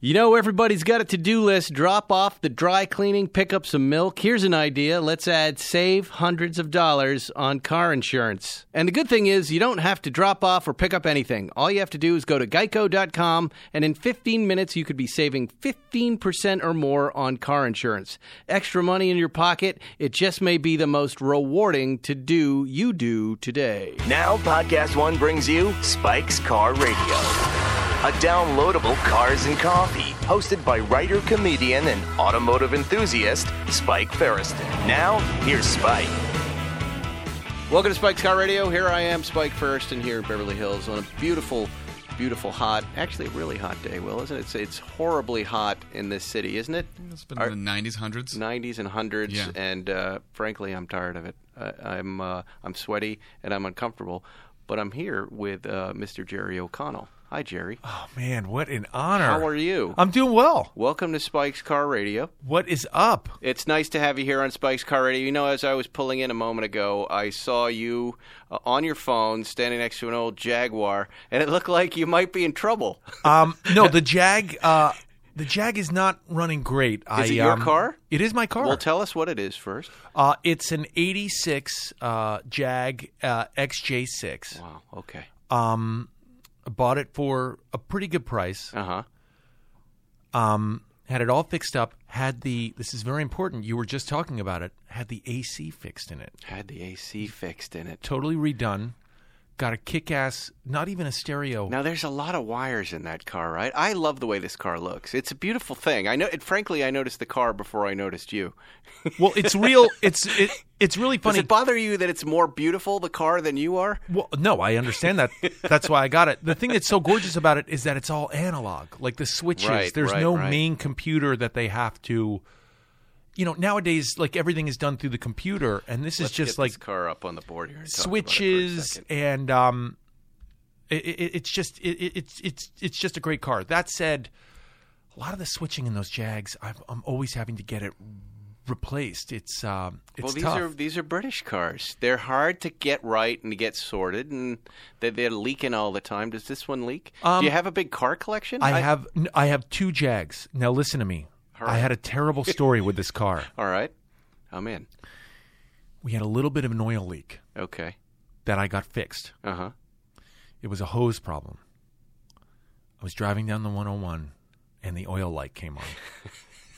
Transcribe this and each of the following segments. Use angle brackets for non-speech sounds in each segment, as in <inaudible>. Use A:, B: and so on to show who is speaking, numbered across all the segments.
A: You know, everybody's got a to do list. Drop off the dry cleaning, pick up some milk. Here's an idea let's add save hundreds of dollars on car insurance. And the good thing is, you don't have to drop off or pick up anything. All you have to do is go to geico.com, and in 15 minutes, you could be saving 15% or more on car insurance. Extra money in your pocket, it just may be the most rewarding to do you do today.
B: Now, Podcast One brings you Spike's Car Radio, a downloadable cars and coffee hosted by writer, comedian, and automotive enthusiast Spike Ferriston. Now, here's Spike.
A: Welcome to Spike's Car Radio. Here I am, Spike Ferriston, here in Beverly Hills on a beautiful, beautiful, hot, actually a really hot day, Will, isn't it? It's, it's horribly hot in this city, isn't it?
C: It's been in the 90s, 100s.
A: 90s and 100s,
C: Yeah.
A: and uh, frankly, I'm tired of it. I, I'm, uh, I'm sweaty and I'm uncomfortable, but I'm here with uh, Mr. Jerry O'Connell. Hi, Jerry.
D: Man, what an honor.
A: How are you?
D: I'm doing well.
A: Welcome to Spike's Car Radio.
D: What is up?
A: It's nice to have you here on Spike's Car Radio. You know, as I was pulling in a moment ago, I saw you uh, on your phone standing next to an old Jaguar, and it looked like you might be in trouble.
D: Um, no, the Jag, uh, the Jag is not running great. I,
A: it your
D: um,
A: car?
D: It is my car.
A: Well, tell us what it is first.
D: uh, it's an '86 uh, Jag uh, XJ6.
A: Wow. Okay.
D: I bought it for a pretty good price.
A: Uh huh.
D: Had it all fixed up. Had the this is very important. You were just talking about it. Had the AC fixed in it.
A: Had the AC fixed in it.
D: Totally redone. Got a kick-ass. Not even a stereo.
A: Now there's a lot of wires in that car, right? I love the way this car looks. It's a beautiful thing. I know. It, frankly, I noticed the car before I noticed you.
D: Well, it's real. It's it, it's really
A: Does
D: funny.
A: it bother you that it's more beautiful the car than you are?
D: Well, no, I understand that. That's why I got it. The thing that's so gorgeous about it is that it's all analog, like the switches.
A: Right,
D: There's
A: right,
D: no
A: right.
D: main computer that they have to. You know, nowadays, like everything is done through the computer, and this
A: Let's
D: is
A: get
D: just like
A: this car up on the board here. and talk about it for a
D: switches
A: second.
D: and um, it, it, it's just it, it, it's it's it's just a great car. That said, a lot of the switching in those Jags, I'm, I'm always having to get it replaced. It's um, it's
A: Well, these
D: tough.
A: are these are British cars. They're hard to get right and to get sorted, and they're, they're leaking all the time. Does this one leak? Do you have a big car collection?
D: I have n- I have two Jags. Now listen to me. I had
A: <laughs>
D: a terrible story with this car.
A: All right, I'm in.
D: We had a little bit of an oil leak
A: Okay.
D: that I got fixed.
A: Uh huh.
D: It was a hose problem. I was driving down the 101 and the oil light came
A: <laughs>
D: on.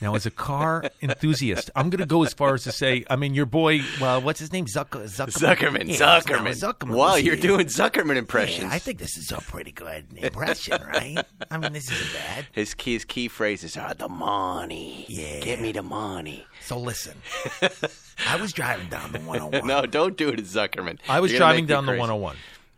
D: Now, as a car enthusiast, I'm going to go as far as to say, I mean, your boy, well, what's his name? Zucker, Zuckerman.
A: <laughs> Zuckerman,
D: Yeah,
A: Zuckerman.
D: Zuckerman
A: Wow,
D: was
A: you're
D: here.
A: doing Zuckerman impressions.
D: Yeah, I think this is a pretty good impression, right? I mean, this isn't bad.
A: his key his key phrases are the money.
D: Yeah.
A: Get me the money.
D: So listen, I was driving down the
A: <laughs>
D: 101.
A: No, don't do it, as Zuckerman.
D: I was
A: You're gonna
D: driving
A: make me
D: down the
A: crazy.
D: 101,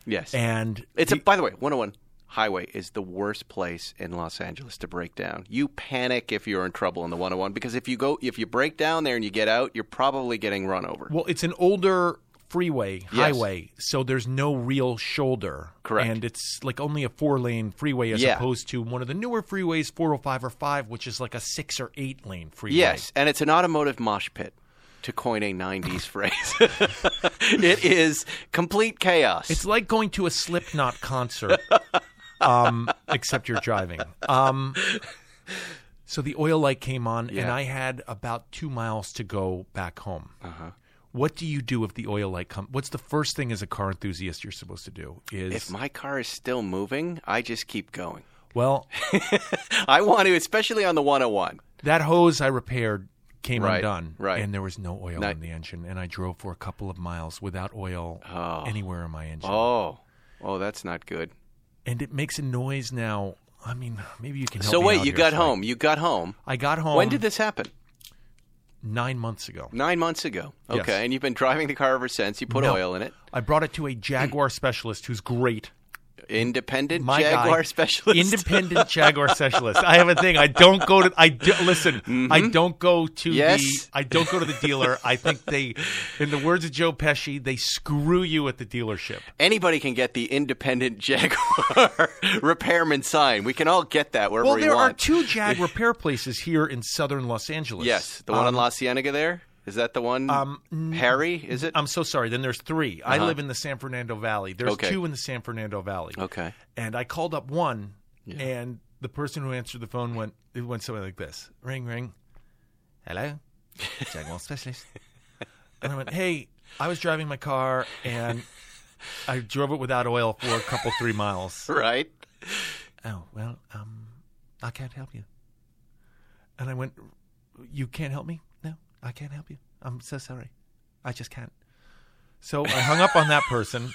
A: Yes.
D: and
A: It's a, by the way, 101 highway is the worst place in Los Angeles to break down. You panic if you're in trouble on the 101 because if you go if you break down there and you get out, you're probably getting run over.
D: well, it's an older freeway highway, so there's no real shoulder.
A: Correct.
D: and it's like only a four lane freeway as
A: Yeah.
D: opposed to one of the newer freeways, 405 or five, which is like a six or eight lane freeway.
A: Yes, and it's an automotive mosh pit. To coin a '90s <laughs> phrase, it is complete chaos.
D: It's like going to a Slipknot concert, <laughs> um, except you're driving. Um, so the oil light came on, and
A: Yeah.
D: I had about two miles to go back home.
A: Uh-huh.
D: What do you do if the oil light comes? What's the first thing as a car enthusiast you're supposed to do? Is
A: if my car is still moving, I just keep going. <laughs>
D: well,
A: I want to, especially on the 101.
D: that hose I repaired came
A: Right,
D: undone,
A: right.
D: and there was no oil
A: Not-
D: in the engine, and I drove for a couple of miles without oil anywhere in my engine,
A: Oh, oh, that's not good.
D: and it makes a noise now. I mean, maybe you can. Help
A: so
D: me
A: wait,
D: out
A: you
D: here,
A: got
D: Frank.
A: home. You got home.
D: I got home.
A: when did this happen?
D: nine months ago.
A: Nine months ago.
D: Yes.
A: Okay, and you've been driving the car ever since. You put
D: No.
A: oil in it. <clears throat>
D: I brought it to a Jaguar specialist who's great.
A: Independent
D: My
A: Jaguar
D: guy.
A: specialist. <laughs>
D: Independent Jaguar specialist. I have a thing. I don't go to. I do, listen. I don't go to
A: Mm-hmm. Yes.
D: the. I don't go to the dealer. I think they, in the words of Joe Pesci, they screw you at the dealership.
A: Anybody can get the independent <laughs> Jaguar repairman sign. We can all get that wherever
D: Well,
A: we
D: there
A: want.
D: are
A: <laughs>
D: two Jag repair places here in southern Los Angeles.
A: Yes, the one
D: Um,
A: on La Cienega there. Is that the one? Harry, is it?
D: I'm so sorry. Then there's 3 I live in the San Fernando Valley. There's
A: Uh-huh. Okay.
D: two in the San Fernando Valley.
A: okay. <laughs>
D: And I called up one, and the person who answered the phone went it went something like this: ring, ring, hello,
A: <laughs>
D: Jaguar specialist. and I went, hey, I was driving my car and I drove it without oil for a couple three miles.
A: Right.
D: Oh well, um, I can't help you. And I went, you can't help me? No, I can't help you. I'm so sorry. I just can't. So I hung up on that
A: <laughs>
D: person,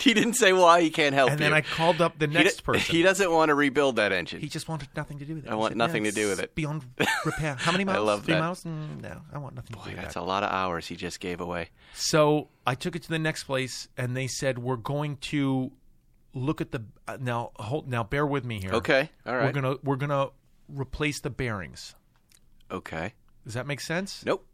A: He didn't say why he can't help
D: and
A: you.
D: then I called up the
A: he,
D: next
A: d-
D: person.
A: he doesn't want to rebuild that engine.
D: He just wanted nothing to do with it.
A: I want
D: said,
A: nothing to
D: "No,
A: do with
D: it's
A: it."
D: Beyond repair. How many
A: <laughs> I
D: miles?
A: love
D: Three
A: that.
D: miles? Mm, no, I want nothing to
A: Boy,
D: do with
A: that's
D: that.
A: a lot of hours he just gave away.
D: So I took it to the next place, and they said we're going to look at the uh, now. Hold now. Bear with me here.
A: Okay. All
D: We're
A: right.
D: gonna we're gonna replace the bearings.
A: Okay.
D: Does that make sense?
A: Nope.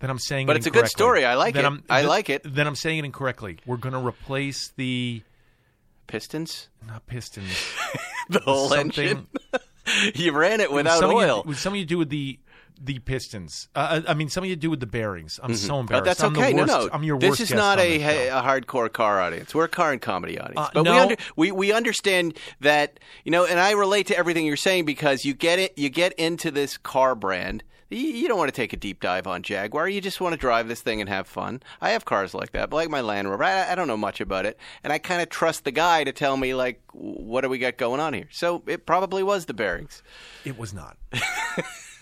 D: Then I'm saying,
A: But
D: it
A: it's a good
D: incorrectly.
A: story. I like
D: Then
A: it.
D: I'm-
A: I
D: th-
A: like it.
D: Then I'm saying it incorrectly. We're gonna replace the
A: Pistons?
D: not pistons.
A: The whole
D: something-
A: engine? <laughs> you ran it without
D: something to-
A: oil.
D: with something to do with the the pistons. Uh, I I mean, something to do with the bearings. I'm so
A: Oh,
D: embarrassed.
A: that's
D: I'm the
A: okay.
D: worst-
A: no, no.
D: I'm your
A: this
D: worst
A: is
D: guest
A: not
D: on
A: a,
D: this show.
A: a hardcore car audience. We're a car and comedy audience.
D: Uh,
A: but we,
D: no.
A: under, we we understand that you know, and I relate to everything you're saying because you get it. You get into this car brand. You, you don't want to take a deep dive on Jaguar. You just want to drive this thing and have fun. I have cars like that, but like my Land Rover. I, I don't know much about it, and I kind of trust the guy to tell me like, what do we got going on here? So it probably was the bearings.
D: It was
A: <laughs>
D: not.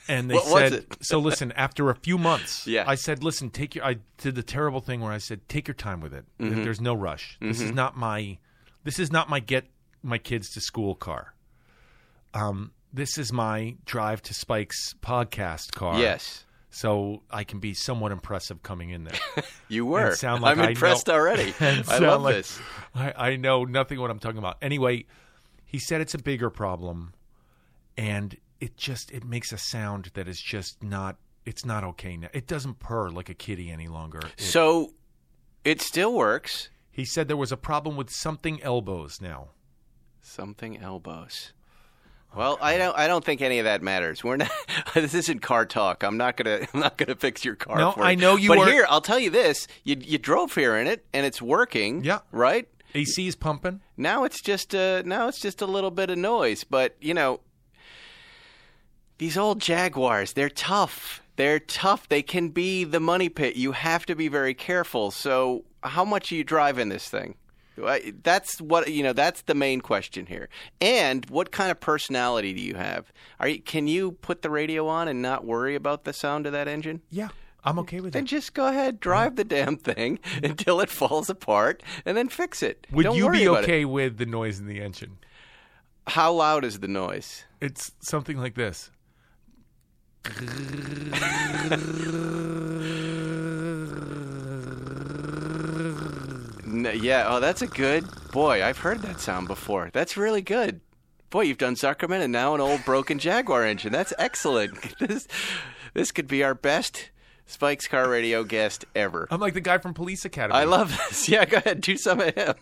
D: And they
A: What was
D: said,
A: it?
D: so listen, after a few
A: <laughs>
D: months,
A: Yeah.
D: I said, listen, take your, I did the terrible thing where I said, take your time with it. Th-
A: Mm-hmm.
D: There's no rush. This is not my, this is not my get my kids to school car. Um, this is my drive to Spike's podcast car.
A: Yes,
D: So I can be somewhat impressive coming
A: <laughs>
D: in there.
A: you were.
D: And sound like
A: I'm
D: I know-
A: impressed already.
D: <laughs> and
A: I
D: sound
A: love
D: like
A: this.
D: I, I know nothing what I'm talking about. Anyway, he said it's a bigger problem, and it just it makes a sound that is just not. It's not okay now. It doesn't purr like a kitty any longer. It-
A: So it still works.
D: he said there was a problem with something elbows now.
A: Something elbows. Well, I don't. I don't think any of that matters. We're not. <laughs> this isn't car talk. I'm not gonna. <laughs> I'm not gonna fix your car.
D: No,
A: for you.
D: I know you
A: But
D: were-
A: here, I'll tell you this: you you drove here in it, and it's working.
D: Yeah.
A: Right
D: AC is pumping.
A: now, it's just a now it's just a little bit of noise. But you know, these old Jaguars, they're tough. They're tough. They can be the money pit. You have to be very careful. So, how much are you driving this thing? I- That's what you know. That's the main question here. And what kind of personality do you have? Are you, can you put the radio on and not worry about the sound of that engine?
D: Yeah, I'm okay with
A: Then
D: it.
A: just go ahead, drive the damn thing <laughs> until it falls apart, and then fix it.
D: Would
A: Don't
D: you
A: worry
D: be
A: about it.
D: okay with the noise in the engine?
A: How loud is the noise?
D: It's something like this.
A: No, yeah. Oh, that's a good boy. I've heard that sound before. That's really good. Boy, you've done Zuckerman and now an old broken Jaguar engine. That's excellent. <laughs> This this could be our best Spike's Car Radio guest ever.
D: I'm like the guy from Police Academy.
A: I love this. <laughs> Yeah, go ahead. Do some of him.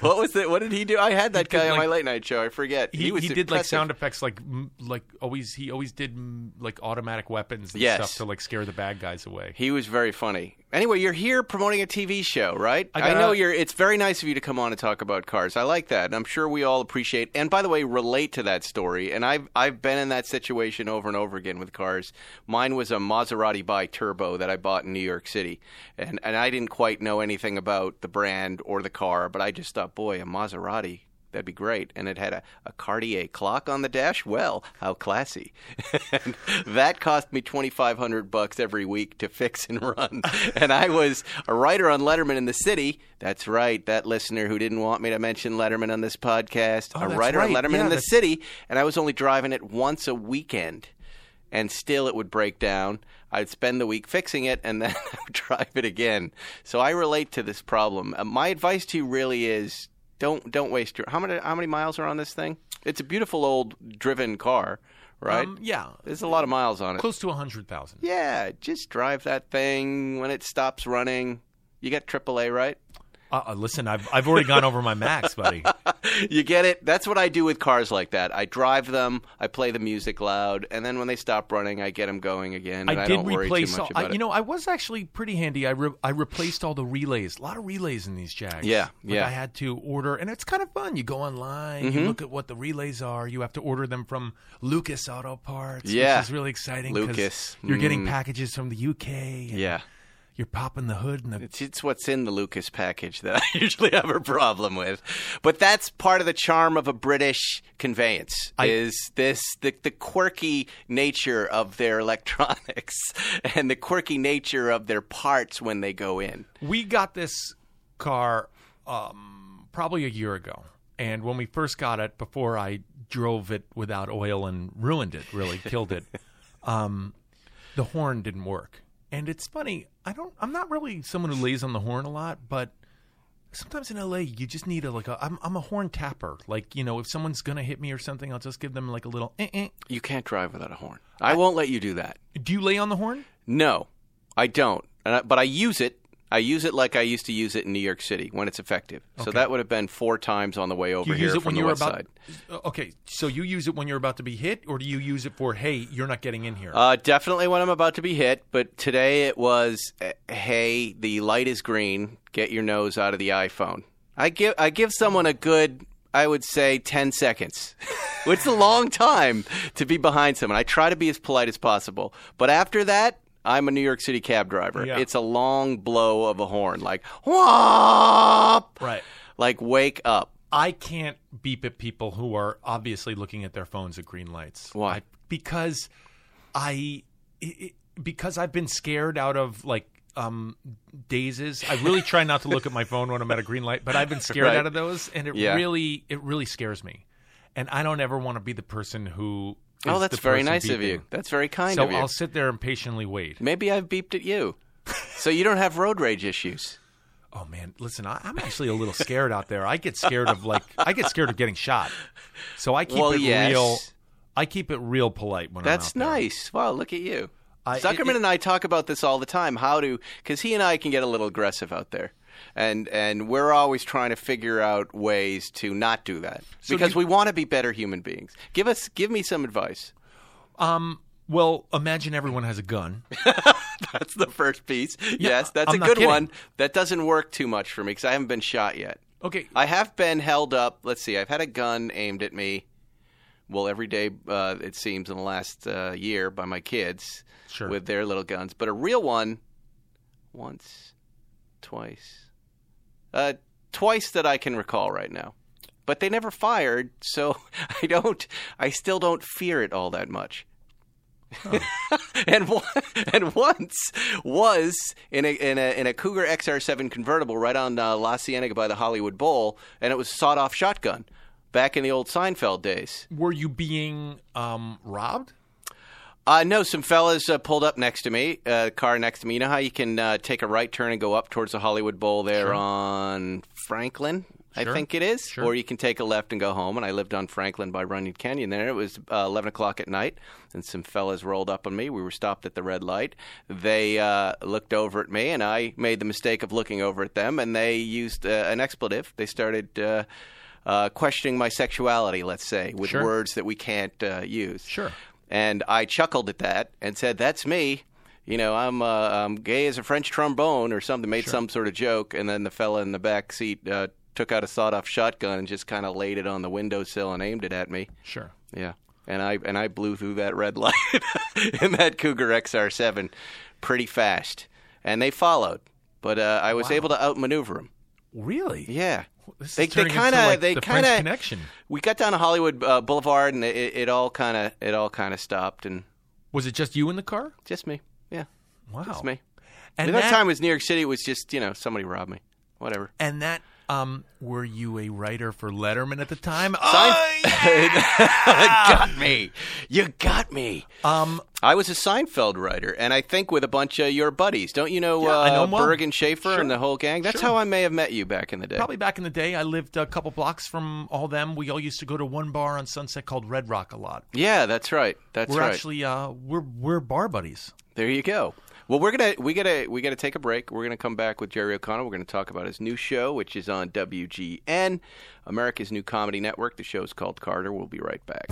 A: What was that? What did he do? I had that
D: did,
A: guy on my
D: like-
A: late night show. I forget.
D: he,
A: was
D: he did like
A: impressive.
D: sound effects like mm, like always he always did mm, like automatic weapons and
A: Yes.
D: stuff to like scare the bad guys away
A: He was very funny. Anyway, you're here promoting a TV show, right?
D: I gotta-
A: know you're. It's very nice of you to come on and talk about cars. I like that, and I'm sure we all appreciate. And by the way, relate to that story. And I've I've been in that situation over and over again with cars. Mine was a Maserati by Turbo that I bought in New York City, and and I didn't quite know anything about the brand or the car, but I just thought, boy, a Maserati. That'd be great. And it had a, a Cartier clock on the dash. Well, how classy. <laughs> and that cost me 2500 bucks every week to fix and
D: <laughs>
A: run. and I was a writer on Letterman in the City. That's right. That listener who didn't want me to mention Letterman on this podcast, a
D: Oh, that's
A: writer on
D: right.
A: Letterman
D: Yeah,
A: in the
D: that's-
A: City. And I was only driving it once a weekend. And still it would break down. I'd spend the week fixing it and then <laughs> I would drive it again. So I relate to this problem. Uh, my advice to you really is Don't don't waste your how many how many miles are on this thing? It's a beautiful old driven car, right?
D: Um, yeah,
A: There's a lot of miles on it.
D: close to a hundred thousand.
A: Yeah, just drive that thing when it stops running. You got AAA, right? <laughs>
D: Uh, uh, listen, I've I've already gone over my max, buddy.
A: You get it? That's what I do with cars like that. I drive them, I play the music loud, and then when they stop running, I get them going again. And I,
D: did
A: don't worry too
D: replace
A: much
D: all.
A: about
D: I,
A: it.
D: you know, I was actually pretty handy. I re- I replaced all the relays. A lot of relays in these Jags.
A: Yeah,
D: Like,
A: yeah. Mm-hmm.
D: I had to order, and it's kind of fun. You go online, you look at what the relays are. You have to order them from Lucas Auto Parts.
A: Yeah.
D: which is really exciting. 'cause
A: Lucas.
D: you're getting
A: Mm.
D: packages from the UK. and
A: yeah.
D: you're popping the hood and the
A: It's, it's what's in the Lucas package that <laughs> I usually have a problem with. But that's part of the charm of a British conveyance
D: I-
A: is this the, the quirky nature of their <laughs> electronics and the quirky nature of their parts when they go in.
D: We got this car um, probably a year ago. And when we first got it, before I drove it without oil and ruined it, really killed it, um, the horn didn't work. And it's funny, I don't, I'm not really someone who lays on the horn a lot, but sometimes in LA, you just need a, like, a, I'm, I'm a horn tapper. Like, you know, if someone's going to hit me or something, I'll just give them like a little, eh, eh.
A: You can't drive without a horn. I won't let you do that.
D: do you lay on the horn?
A: No, I don't. And I, but I use it. I use it like I used to use it in New York City when it's effective. So that would have been four times on the way over
D: Do you
A: here
D: use it
A: from
D: when
A: the
D: you're
A: west
D: about, Uh,
A: side.
D: okay, so you use it when you're about to be hit, or do you use it for, hey, you're not getting in here?
A: Uh, definitely when I'm about to be hit, but today it was, eh, hey, the light is green. Get your nose out of the iPhone. I give I give someone a good, I would say, ten seconds. <laughs> it's a long time to be behind someone. I try to be as polite as possible, but after that. I'm a New York City cab driver.
D: Yeah.
A: It's a long blow of a horn, like whoop,
D: Right.
A: like wake up.
D: I can't beep at people who are obviously looking at their phones at green lights.
A: Why?
D: I- because I it, it- because I've been scared out of like um dazes. I really try not to look at my phone when I'm at a green light, but I've been scared
A: Right.
D: out of those and it
A: Yeah.
D: really it really scares me. And I don't ever want to be the person who is
A: Oh, that's
D: the
A: very
D: person
A: nice of you.
D: beeping.
A: That's very kind
D: so
A: of you.
D: I'll sit there and patiently wait.
A: Maybe I've beeped at you, so you don't have road rage <laughs> issues.
D: Oh man, listen, I, I'm actually a little scared out there. I get scared of like I get scared of getting shot. So I keep
A: Well,
D: it
A: yes.
D: real. I keep it real polite when I'm
A: That's
D: out there.
A: nice. Wow, look at you.
D: I- it-
A: Zuckerman
D: it-
A: and I talk about this all the time. How to, because he and I can get a little aggressive out there, and and we're always trying to figure out ways to not do that because
D: do
A: we want to be better human beings. Give us, give me some advice.
D: Um, Well, imagine everyone has a gun.
A: <laughs> That's the first piece. yes, that's
D: I'm
A: a
D: not
A: good
D: kidding.
A: one. That doesn't work too much for me because I haven't been shot yet.
D: Okay,
A: I have been held up. Let's see. I've had a gun aimed at me. Well, every day uh, it seems in the last uh, year by my kids
D: Sure.
A: with their little guns, but a real one once, twice, uh, twice that I can recall right now. But they never fired, so <laughs> I don't. I still don't fear it all that much. <laughs> and one, and once was in a in a in a Cougar XR7 convertible right on uh, La Cienega by the Hollywood Bowl, and it was sawed off shotgun back in the old Seinfeld days.
D: were you being um, robbed?
A: Uh, no, some fellas uh, pulled up next to me, uh, car next to me. You know how you can uh, take a right turn and go up towards the Hollywood Bowl there on Franklin, I
D: Sure.
A: think it is,
D: Sure.
A: or you can take a left and go home. And I lived on Franklin by Runyon Canyon. There it was uh, eleven o'clock at night, and some fellas rolled up on me. We were stopped at the red light. They uh, looked over at me, and I made the mistake of looking over at them, and they used uh, an expletive. They started. Uh, uh, questioning my sexuality, let's say, with
D: Sure.
A: words that we can't uh, use.
D: Sure.
A: And I chuckled at that and said, "That's me." You know, I'm uh, I'm gay as a French trombone or something. Made some sort of joke, and then the fella in the back seat uh, took out a sawed-off shotgun and just kind of laid it on the windowsill and aimed it at me.
D: Sure.
A: Yeah, and I and I blew through that red <laughs> light in that Cougar XR7 pretty fast, and they followed. But uh, I was able to outmaneuver them.
D: Really?
A: Yeah,
D: This is
A: they they
D: turning into,
A: kind of
D: like,
A: they
D: the
A: kind
D: French
A: of
D: connection.
A: We got down to Hollywood uh, Boulevard, and it, it all kind of it all kind of stopped, and
D: Was it just you in the car?
A: just me. Yeah.
D: Wow.
A: It's me.
D: And
A: that,
D: that-
A: <laughs> time it was New York City. It was just you know somebody robbed me. Whatever.
D: and that Um, were you a writer for Letterman at the time?
A: got me. You got me.
D: Oh, um,
A: I was a Seinfeld writer, and I think with a bunch of your buddies. Don't you know,
D: Yeah,
A: uh,
D: I know 'em well.
A: Berg and Schaefer and the whole gang? That's
D: Sure.
A: how I may have met you back in the day.
D: probably back in the day, I lived a couple blocks from all them. We all used to go to one bar on Sunset called Red Rock a lot.
A: Yeah, that's right. That's
D: We're
A: right.
D: actually uh, we're we're bar buddies.
A: There you go. Well, we're gonna we gotta we gotta take a break. We're gonna come back with Jerry O'Connell. We're gonna talk about his new show, which is on WGN, America's new comedy network. The show's called Carter. We'll be right back.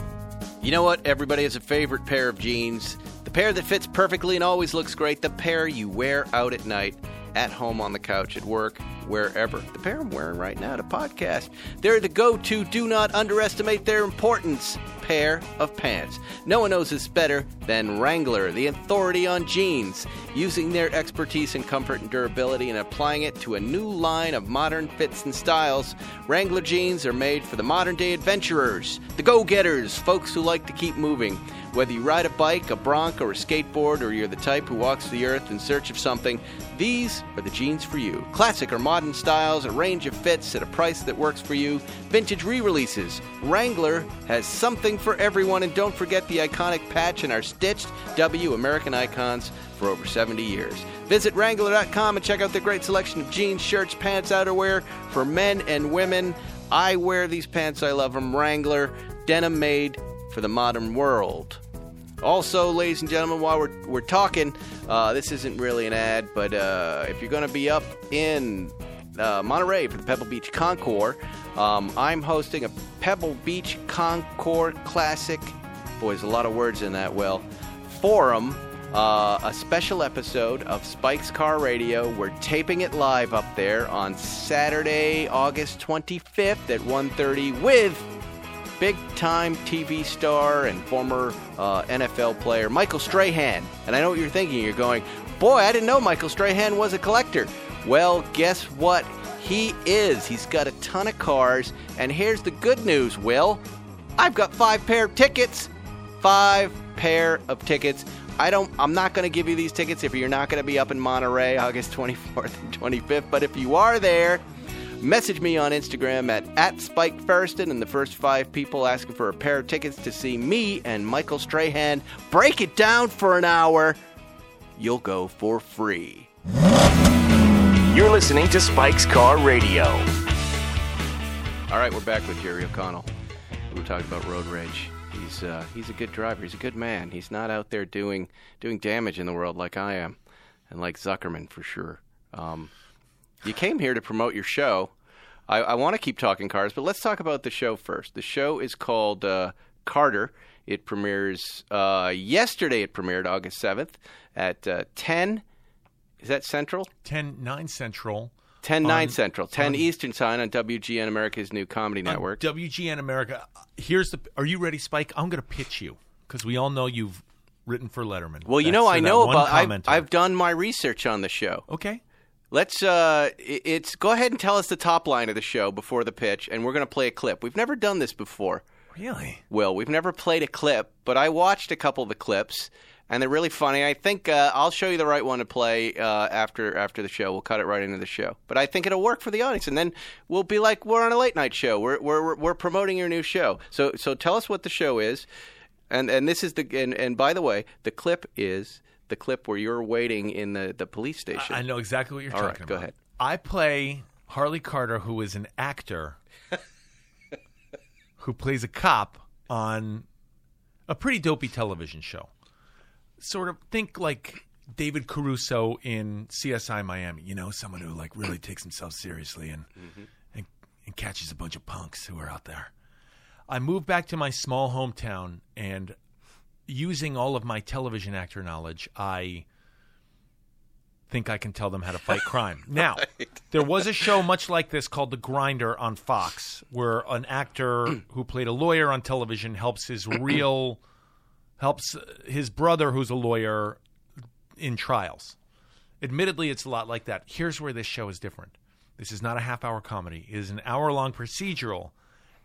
A: You know what? Everybody has a favorite pair of jeans. The pair that fits perfectly and always looks great. The pair you wear out at night, at home, on the couch, at work, wherever. The pair I'm wearing right now to podcast. They're the go to, do not underestimate their importance pair of pants. No one knows this better than Wrangler, the authority on jeans, using their expertise in comfort and durability and applying it to a new line of modern fits and styles. Wrangler jeans are made for the modern day adventurers, the go getters, folks who like to keep moving. Whether you ride a bike, a bronc, or a skateboard, or you're the type who walks the earth in search of something, these are the jeans for you. Classic or modern styles, a range of fits at a price that works for you, vintage re releases. Wrangler has something for everyone, and don't forget the iconic patch and our stitched W American icons for over 70 years. Visit Wrangler.com and check out their great selection of jeans, shirts, pants, outerwear for men and women. I wear these pants, I love them. Wrangler, denim made for the modern world. Also, ladies and gentlemen, while we're, we're talking, uh, this isn't really an ad, but uh, if you're going to be up in uh, Monterey for the Pebble Beach Concours, um, I'm hosting a Pebble Beach Concours Classic. Boy, there's a lot of words in that, Well, Forum, uh, a special episode of Spike's Car Radio. We're taping it live up there on Saturday, August 25th at 1.30 with big time TV star and former uh, NFL player Michael Strahan. And I know what you're thinking. You're going, boy, I didn't know Michael Strahan was a collector. Well, guess what? He is. He's got a ton of cars. And here's the good news, Will. I've got five pair of tickets. Five pair of tickets. I don't. I'm not going to give you these tickets if you're not going to be up in Monterey August 24th and 25th. But if you are there, Message me on Instagram at, at Spike Ferriston and the first five people asking for a pair of tickets to see me and Michael Strahan break it down for an hour. You'll go for free.
B: You're listening to Spike's Car Radio.
A: All right, we're back with Jerry O'Connell. We were talking about road rage. He's uh, he's a good driver. He's a good man. He's not out there doing doing damage in the world like I am, and like Zuckerman for sure. Um, you came here to promote your show. I, I want to keep talking cars, but let's talk about the show first. The show is called uh, Carter. It premieres uh, yesterday. It premiered August seventh at uh, ten. Is that Central?
D: 10 9 Central
A: 10
D: On-
A: 9 Central, 10
D: on-
A: Eastern time on WGN America's new comedy
D: on
A: network.
D: WGN America. Here's the. Are you ready, Spike? I'm going to pitch you because we all know you've written for Letterman.
A: Well, you
D: That's
A: know,
D: for
A: I
D: that
A: know
D: one
A: about. I've,
D: commenter.
A: I've done my research on the show.
D: okay.
A: Let's. Uh, i- it's go ahead and tell us the top line of the show before the pitch, and we're going to play a clip. We've never done this before.
D: Really?
A: Will we've never played a clip, but I watched a couple of the clips, and they're really funny. I think uh, I'll show you the right one to play uh, after after the show. We'll cut it right into the show, but I think it'll work for the audience, and then we'll be like we're on a late night show. We're we're we're- we're promoting your new show. So so tell us what the show is, and and this is the and, and by the way, the clip is the clip where you're waiting in the the police station.
D: I know exactly what you're
A: All right,
D: talking about.
A: go ahead.
D: I play Harley Carter, who is an actor who plays a cop on a pretty dopey television show. Sort of think like David Caruso in CSI Miami, you know, someone who like really takes himself seriously and and, and catches a bunch of punks who are out there. I moved back to my small hometown and using all of my television actor knowledge, I think I can tell them how to fight crime. Now, there was a show much like this called The Grinder on Fox, where an actor who played a lawyer on television helps his real helps his brother who's a lawyer in trials. Admittedly, it's a lot like that. Here's where this show is different. This is not a half hour comedy. It is an hour long procedural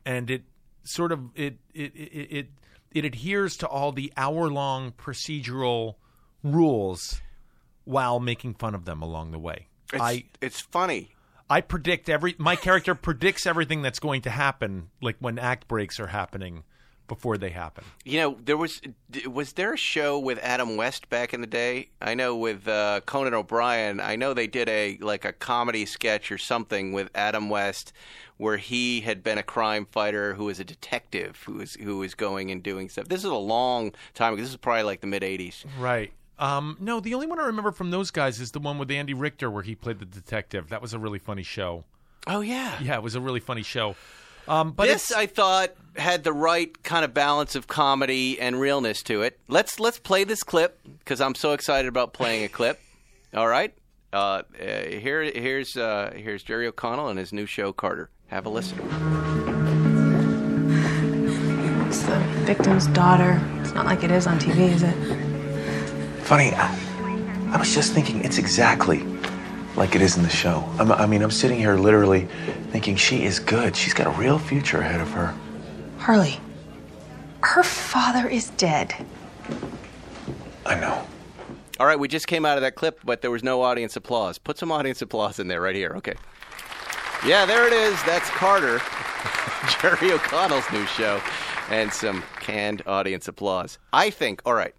D: and it sort of it it it it, it adheres to all the hour long procedural rules while making fun of them along the way.
A: it's,
D: I
A: it's funny.
D: I predict every my character <laughs> predicts everything that's going to happen, like when act breaks are happening before they happen.
A: You know, there was d- was there a show with Adam West back in the day? I know with uh, Conan O'Brien. I know they did a like a comedy sketch or something with Adam West, where he had been a crime fighter who was a detective who was who was going and doing stuff. This is a long time ago. This is probably like the mid '80s.
D: Right. Um, no, the only one I remember from those guys is the one with Andy Richter where he played the detective. That was a really funny show.
A: Oh yeah.
D: Yeah, it was a really funny show. Um, but
A: This
D: it's-
A: I thought had the right kind of balance of comedy and realness to it. Let's let's play this clip because I'm so excited about playing a
D: <laughs>
A: clip. All right, uh, uh, here here's uh, here's Jerry O'Connell and his new show Carter. Have a listen.
E: It's the victim's daughter. It's not like it is on TV, is it?
F: Funny, I, I was just thinking it's exactly like it is in the show. I'm, I mean, I'm sitting here literally thinking she is good. She's got a real future ahead of her.
E: Harley, her father is dead.
F: I know.
A: All right, we just came out of that clip, but there was no audience applause. Put some audience applause in there right here. Okay. Yeah, there it is. That's Carter, <laughs> Jerry O'Connell's new show, and some canned audience applause. I think, all right,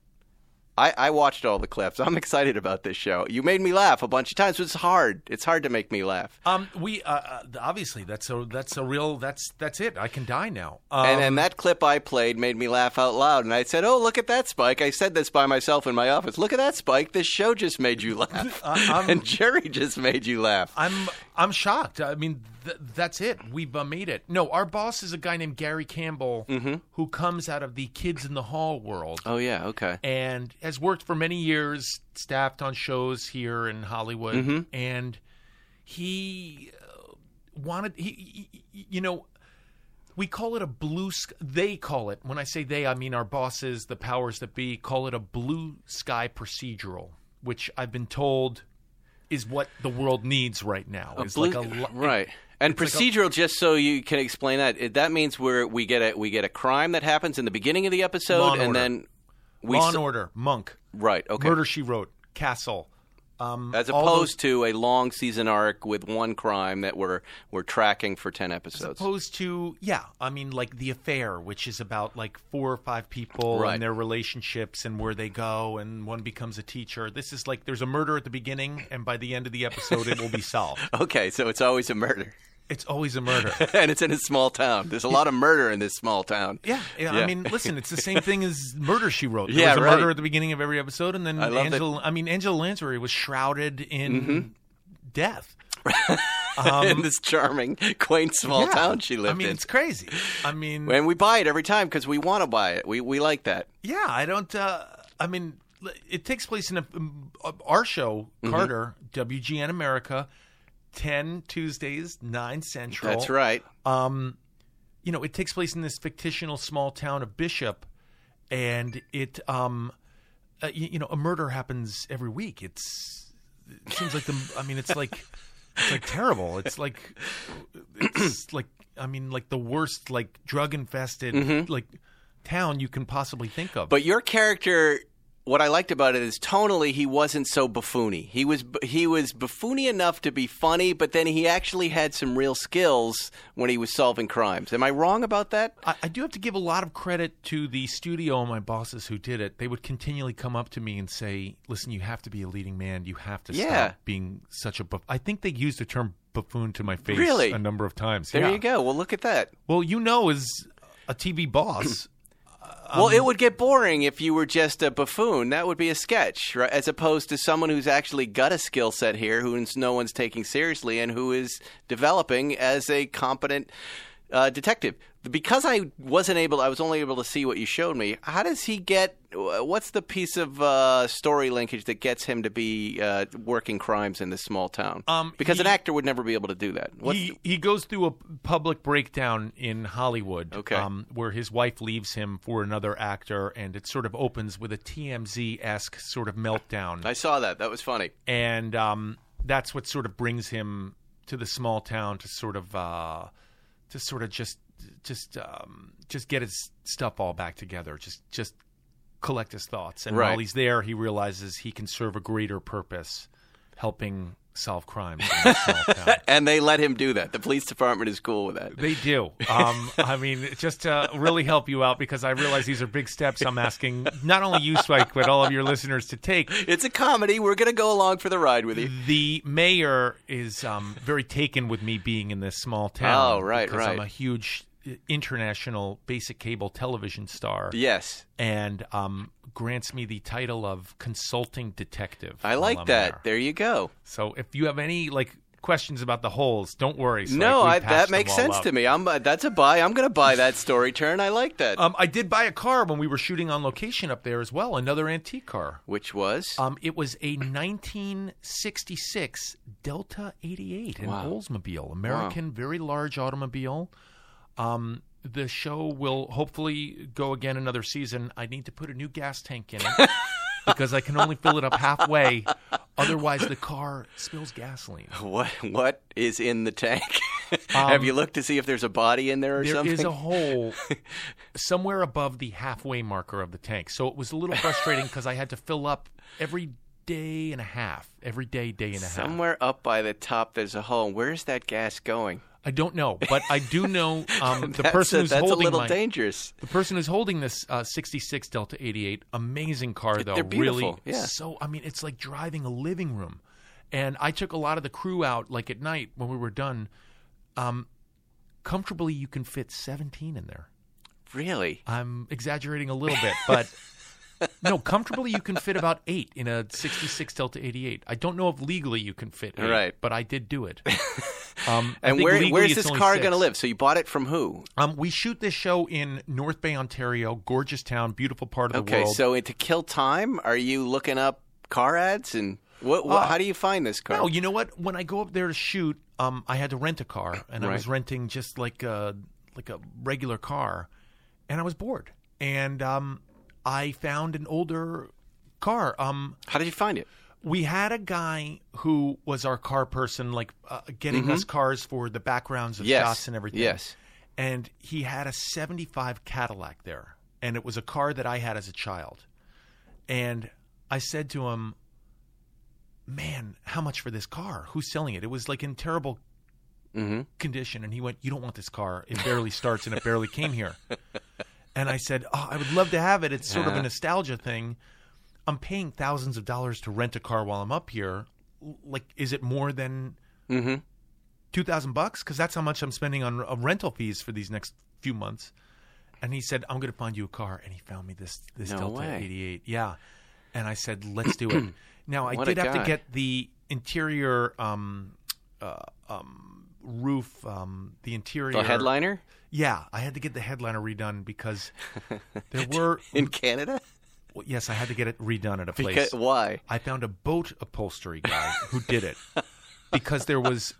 A: I, I watched all the clips. I'm excited about this show. You made me laugh a bunch of times. It's hard. It's hard to make me laugh.
D: um, we uh, uh, obviously that's a that's a real that's that's it. I can die now. Um,
A: and, and that clip I played made me laugh out loud. And I said, Oh, look at that, Spike. I said this by myself in my office. Look at that, Spike. This show just made you laugh. <laughs>
D: I'm-
A: and Jerry just made you laugh.
D: I'm I'm shocked. I mean, th- that's it. We've uh, made it. No, our boss is a guy named Gary Campbell who comes out of the kids in the hall world
A: Oh yeah, okay.
D: and has worked for many years, staffed on shows here in Hollywood,
A: Mm-hmm.
D: and he uh, wanted he, he- he- you know. We call it a blue. Sc- they call it. When I say they, I mean our bosses, the powers that be, call it a blue sky procedural, which I've been told is what the world needs right now. It's
A: Blue-
D: like a li-
A: right. And procedural, just so you can explain that, it, that means where we get a we get a crime that happens in the beginning of the episode,
D: Law and
A: and
D: Order.
A: then we
D: Law and
A: s-
D: Order, Monk,
A: right, okay,
D: Murder She Wrote, Castle. Um,
A: as
D: all those-
A: opposed to a long season arc with one crime that we're we're tracking for ten episodes.
D: opposed to yeah i mean like the affair which is about like four or five people
A: Right.
D: and their relationships and where they go and one becomes a teacher this is like there's a murder at the beginning and by the end of the episode it will
A: <laughs>
D: be solved
A: okay, so it's always a murder, <laughs>
D: it's always a murder
A: and it's in a small town. There's a lot of murder in this small town.
D: <laughs> yeah, yeah, i
A: Yeah.
D: mean listen it's the
A: <laughs>
D: same thing as murder she wrote there
A: Yeah,
D: was a
A: right.
D: murder at the beginning of every episode and then
A: I love Mm-hmm. that-
D: angela i mean angela lansbury was shrouded in death
A: <laughs> in this charming, quaint small
D: um, Yeah.
A: town she lived
D: i mean
A: in.
D: it's crazy i mean
A: and we buy it every time because we want to buy it. We we like that.
D: Yeah, I don't. Uh, I mean, l- it takes place in a, um, our show,
A: Mm-hmm.
D: Carter, WGN America, 10 Tuesdays, 9 Central.
A: That's right.
D: You know, it takes place in this fictional small town of Bishop, and it, um, uh, you, you know, a murder happens every week. It's, it seems like the, I mean, it's like, it's like terrible. It's like, it's like, I mean, like the worst, like drug infested,
A: Mm-hmm.
D: like town you can possibly think of.
A: But your character, what I liked about it is tonally he wasn't so buffoony. He was he was buffoony enough to be funny, but then he actually had some real skills when he was solving crimes. Am I wrong about that?
D: I, I do have to give a lot of credit to the studio and my bosses who did it. They would continually come up to me and say, "Listen, you have to be a leading man. You have to
A: Yeah.
D: stop being such a buff." I think they used the term buffoon to my face
A: Really?
D: a number of times.
A: There
D: Yeah.
A: you go. Well, look at that.
D: Well, you know, as a TV boss,
A: well,
D: Um,
A: it would get boring if you were just a buffoon. That would be a sketch, right? As opposed to someone who's actually got a skill set here, who is- no one's taking seriously, and who is developing as a competent uh, detective. Because I wasn't able, I was only able to see what you showed me. How does he get? wh- What's the piece of uh, story linkage that gets him to be uh, working crimes in this small town?
D: Um,
A: because an
D: he-
A: actor would never be able to do that. <clears throat> What's
D: he he goes through a public breakdown in Hollywood, um,
A: Okay.
D: where his wife leaves him for another actor, and it sort of opens with a TMZ esque sort of meltdown.
A: I saw that. That was funny.
D: and um, that's what sort of brings him to the small town to sort of uh, to sort of just just um, just get his stuff all back together. Just just collect his thoughts, and
A: Right.
D: while he's there, he realizes he can serve a greater purpose, helping solve crimes. in a small town.
A: And they let him do that. The police department is cool with that.
D: They do. Um, I mean, just to really help you out, because I realize these are big steps I'm asking not only you, Spike, but all of your listeners to take.
A: It's a comedy. We're going to go along for the ride with you.
D: The mayor is um, very taken with me being in this small town.
A: Oh, right,
D: because I'm
A: right.
D: a huge uh, international basic cable television star
A: Yes.
D: and um, grants me the title of consulting detective.
A: I
D: while
A: like
D: I'm
A: that.
D: there.
A: There you go.
D: So if you have any like questions about the holes, don't worry. Spike.
A: no,
D: We've
A: I,
D: patched
A: that
D: them
A: makes
D: all
A: sense
D: up.
A: to me. I'm uh, that's a buy. I'm going to buy that story turn. I like that.
D: Um, I did buy a car when we were shooting on location up there as well, another antique car.
A: Which was
D: Um, it was a 1966 Delta 88, an Oldsmobile, American, very large automobile. Um, the show will hopefully go again another season. I need to put a new gas tank in
A: <laughs>
D: it because I can only fill it up halfway. Otherwise, the car spills gasoline.
A: <laughs> what what is in the tank? <laughs> Have you looked to see if there's a body in there or
D: um, There
A: something?
D: is
A: <laughs>
D: a hole somewhere above the halfway marker of the tank. So it was a little frustrating because I had to fill up every day and a half, every day,
A: <laughs>
D: day and a half.
A: Somewhere up by the top, there's a hole. Where's that gas going?
D: I don't know, but I do know
A: <laughs>
D: um, the
A: That's
D: person
A: a,
D: who's
A: that's
D: holding
A: a little
D: my-
A: dangerous.
D: the person who's holding this uh, 66 Delta 88. Amazing car though,
A: They're
D: really.
A: beautiful, yeah.
D: So I mean, it's like driving a living room. And I took a lot of the crew out, like at night when we were done. Um, comfortably, you can fit 17 in there.
A: Really?
D: I'm exaggerating a little bit, but
A: <laughs>
D: no, comfortably you can fit about eight in a 66 Delta 88. I don't know if legally you can fit eight,
A: Right.
D: but I did do
A: <laughs>
D: it. Um, I
A: And
D: think
A: where
D: legally
A: where's
D: it's
A: this
D: only
A: car
D: six.
A: going to live? So you bought it from who?
D: Um, we shoot this show in North Bay, Ontario, gorgeous town, beautiful part of the
A: Okay,
D: world.
A: so to kill time, are you looking up car ads and what? what
D: Uh,
A: how do you find this car?
D: no, you know what? When I go up there to shoot, um, I had to rent a car, and I was
A: Right.
D: renting just like a like a regular car, and I was bored, and um, I found an older car. Um,
A: how did you find it?
D: we had a guy who was our car person, like uh, getting us cars for the backgrounds of
A: Mm-hmm. Yes.
D: shots and everything.
A: Yes.
D: And he had a 75 Cadillac there. And it was a car that I had as a child. And I said to him, Man, how much for this car? Who's selling it? It was like in terrible
A: Mm-hmm.
D: condition. And he went, You don't want this car. It barely starts and it barely came here. And I said, Oh, I would love to have it. It's sort
A: Uh-huh.
D: of a nostalgia thing. I'm paying thousands of dollars to rent a car while I'm up here. L- Like, is it more than
A: Mm-hmm.
D: two thousand bucks? Because that's how much I'm spending on uh, rental fees for these next few months. And he said, "I'm going to find you a car." And he found me this this
A: No
D: Delta
A: way.
D: 88. Yeah. And I said, "Let's
A: <clears throat>
D: do it." now I
A: What a
D: did have to
A: guy.
D: get the interior um, uh, um, roof, um, the interior
A: The headliner
D: Yeah, I had to get the headliner
A: <laughs>
D: redone because there were.
A: in Canada?
D: well, yes, I had to get it redone at a <laughs> place.
A: Because, why?
D: I found a boat upholstery guy who did it because there was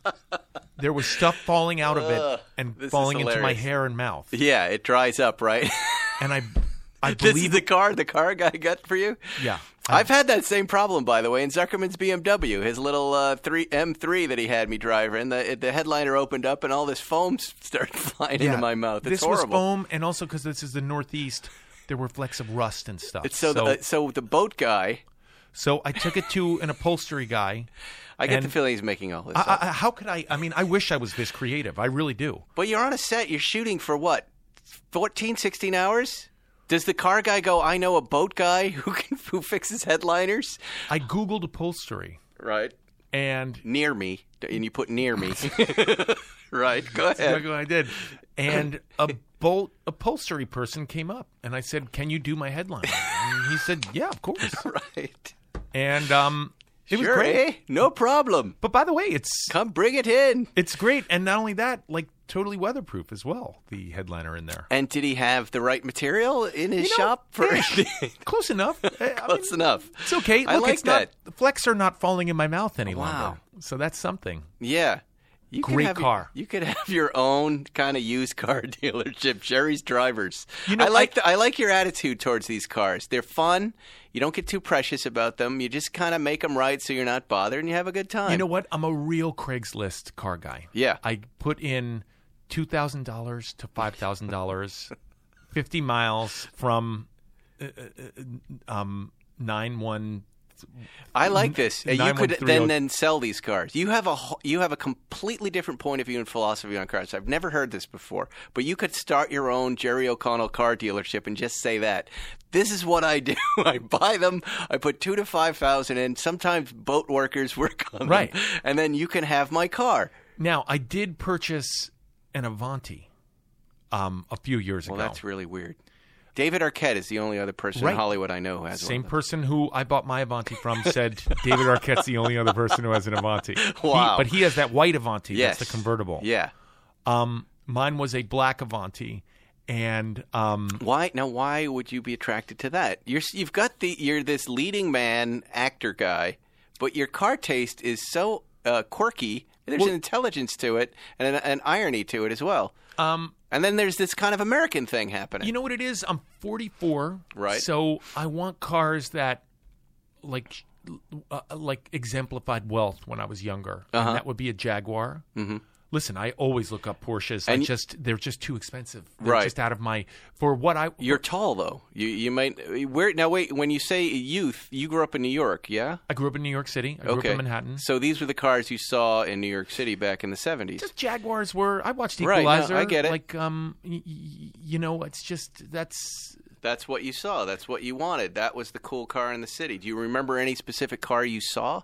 D: there was stuff falling out of it and
A: this is
D: falling into my
A: hilarious.
D: hair and mouth.
A: <laughs> Yeah, it dries up, right? <laughs>
D: And I I
A: this is
D: believe
A: the car the car guy got for you.
D: yeah. I,
A: I've had that same problem, by the way, in Zuckerman's BMW. His little uh, three M3 that he had me drive in, the, it- the headliner opened up and all this foam <laughs> s- started flying
D: yeah.
A: into my mouth. It's
D: this
A: horrible.
D: was foam and also cuz this is the northeast there were flecks of rust and stuff.
A: It's so,
D: so,
A: the, uh, so the boat guy,
D: so I took it to an upholstery guy.
A: I get
D: And-
A: the feeling he's making all this.
D: I,
A: up.
D: I, I- how could I I mean I wish I was this creative. I really do.
A: but you're on a set. You're shooting for what, 14, 16 hours? Does the car guy go? I know a boat guy <laughs> who can who fixes headliners.
D: I googled upholstery
A: Right.
D: and
A: Near me, and you put near
D: <laughs>
A: me. right. Go ahead.
D: exactly what I did. And a bolt upholstery person came up, and I said, "Can you do my headline?" And he said, "Yeah, of course."
A: Right.
D: And um, it was
A: Sure,
D: great.
A: eh? No problem.
D: But by the way, it's
A: Come bring it in.
D: it's great, and not only that, like totally weatherproof as well. The headliner in there,
A: And did he have the right material in his
D: You know,
A: shop for <laughs>
D: ish. close enough. Eh, I- I
A: Close
D: mean,
A: enough.
D: It's okay. Look,
A: I like
D: it's not-
A: that.
D: the flecks are not falling in my mouth any
A: Wow.
D: longer. So that's something.
A: Yeah. You could
D: Great
A: have-
D: car.
A: You could have your own kind of used car <laughs> dealership, Jerry's Drivers.
D: You know,
A: I like
D: I-
A: the, I like your attitude towards these cars. They're fun. You don't get too precious about them. You just kind of make them right so you're not bothered and you have a good time.
D: You know what? I'm a real Craigslist car guy.
A: Yeah.
D: I put in two thousand dollars to five
A: <laughs>
D: thousand dollars, fifty miles from uh, uh, uh, um, nine one
A: I like this. Uh, You could
D: 9130.
A: then then sell these cars. You have a wh- you have a completely different point of view and philosophy on cars. I've never heard this before, but you could start your own Jerry O'Connell car dealership and just say that this is what I do. <laughs> I buy them. I put two to five thousand in. Sometimes boat workers <laughs> work on
D: Right.
A: them, and then you can have my car.
D: Now, I did purchase an Avanti um, a few years
A: Well,
D: ago.
A: that's really weird. David Arquette is the only other person
D: Right.
A: in Hollywood I know who has
D: Same
A: one.
D: person who I bought my Avanti from
A: <laughs>
D: said David Arquette's the only other person who has an Avanti. He-
A: Wow.
D: but he has that white Avanti.
A: Yes,
D: That's the convertible.
A: Yeah.
D: Um, mine was a black Avanti, and um,
A: Why now? Why would you be attracted to that? You're s- you've got the you're this leading man actor guy, but your car taste is so uh, quirky. There's an intelligence to it and an, an irony to it as well.
D: um,
A: And then there's this kind of American thing happening.
D: you know what it is? I'm 44.
A: Right.
D: So I want cars that, like, uh, like exemplified wealth when I was younger.
A: Uh-huh.
D: And that would be a Jaguar. Mm-hmm. Listen, I always look up Porsches. I
A: And-
D: just they're just too expensive. They're
A: Right.
D: Just out of my for what I
A: you're tall though. You you might where now wait when you say youth, you grew up in New York, yeah?
D: I grew up in New York City. I grew up in Manhattan.
A: So these were the cars you saw in New York City back in the 70s.
D: just Jaguars were. I watched
A: Right, no,
D: Equalizer.
A: I get it.
D: Like, um, y- y- you know, it's just that's
A: That's what you saw. That's what you wanted. That was the cool car in the city. Do you remember any specific car you saw,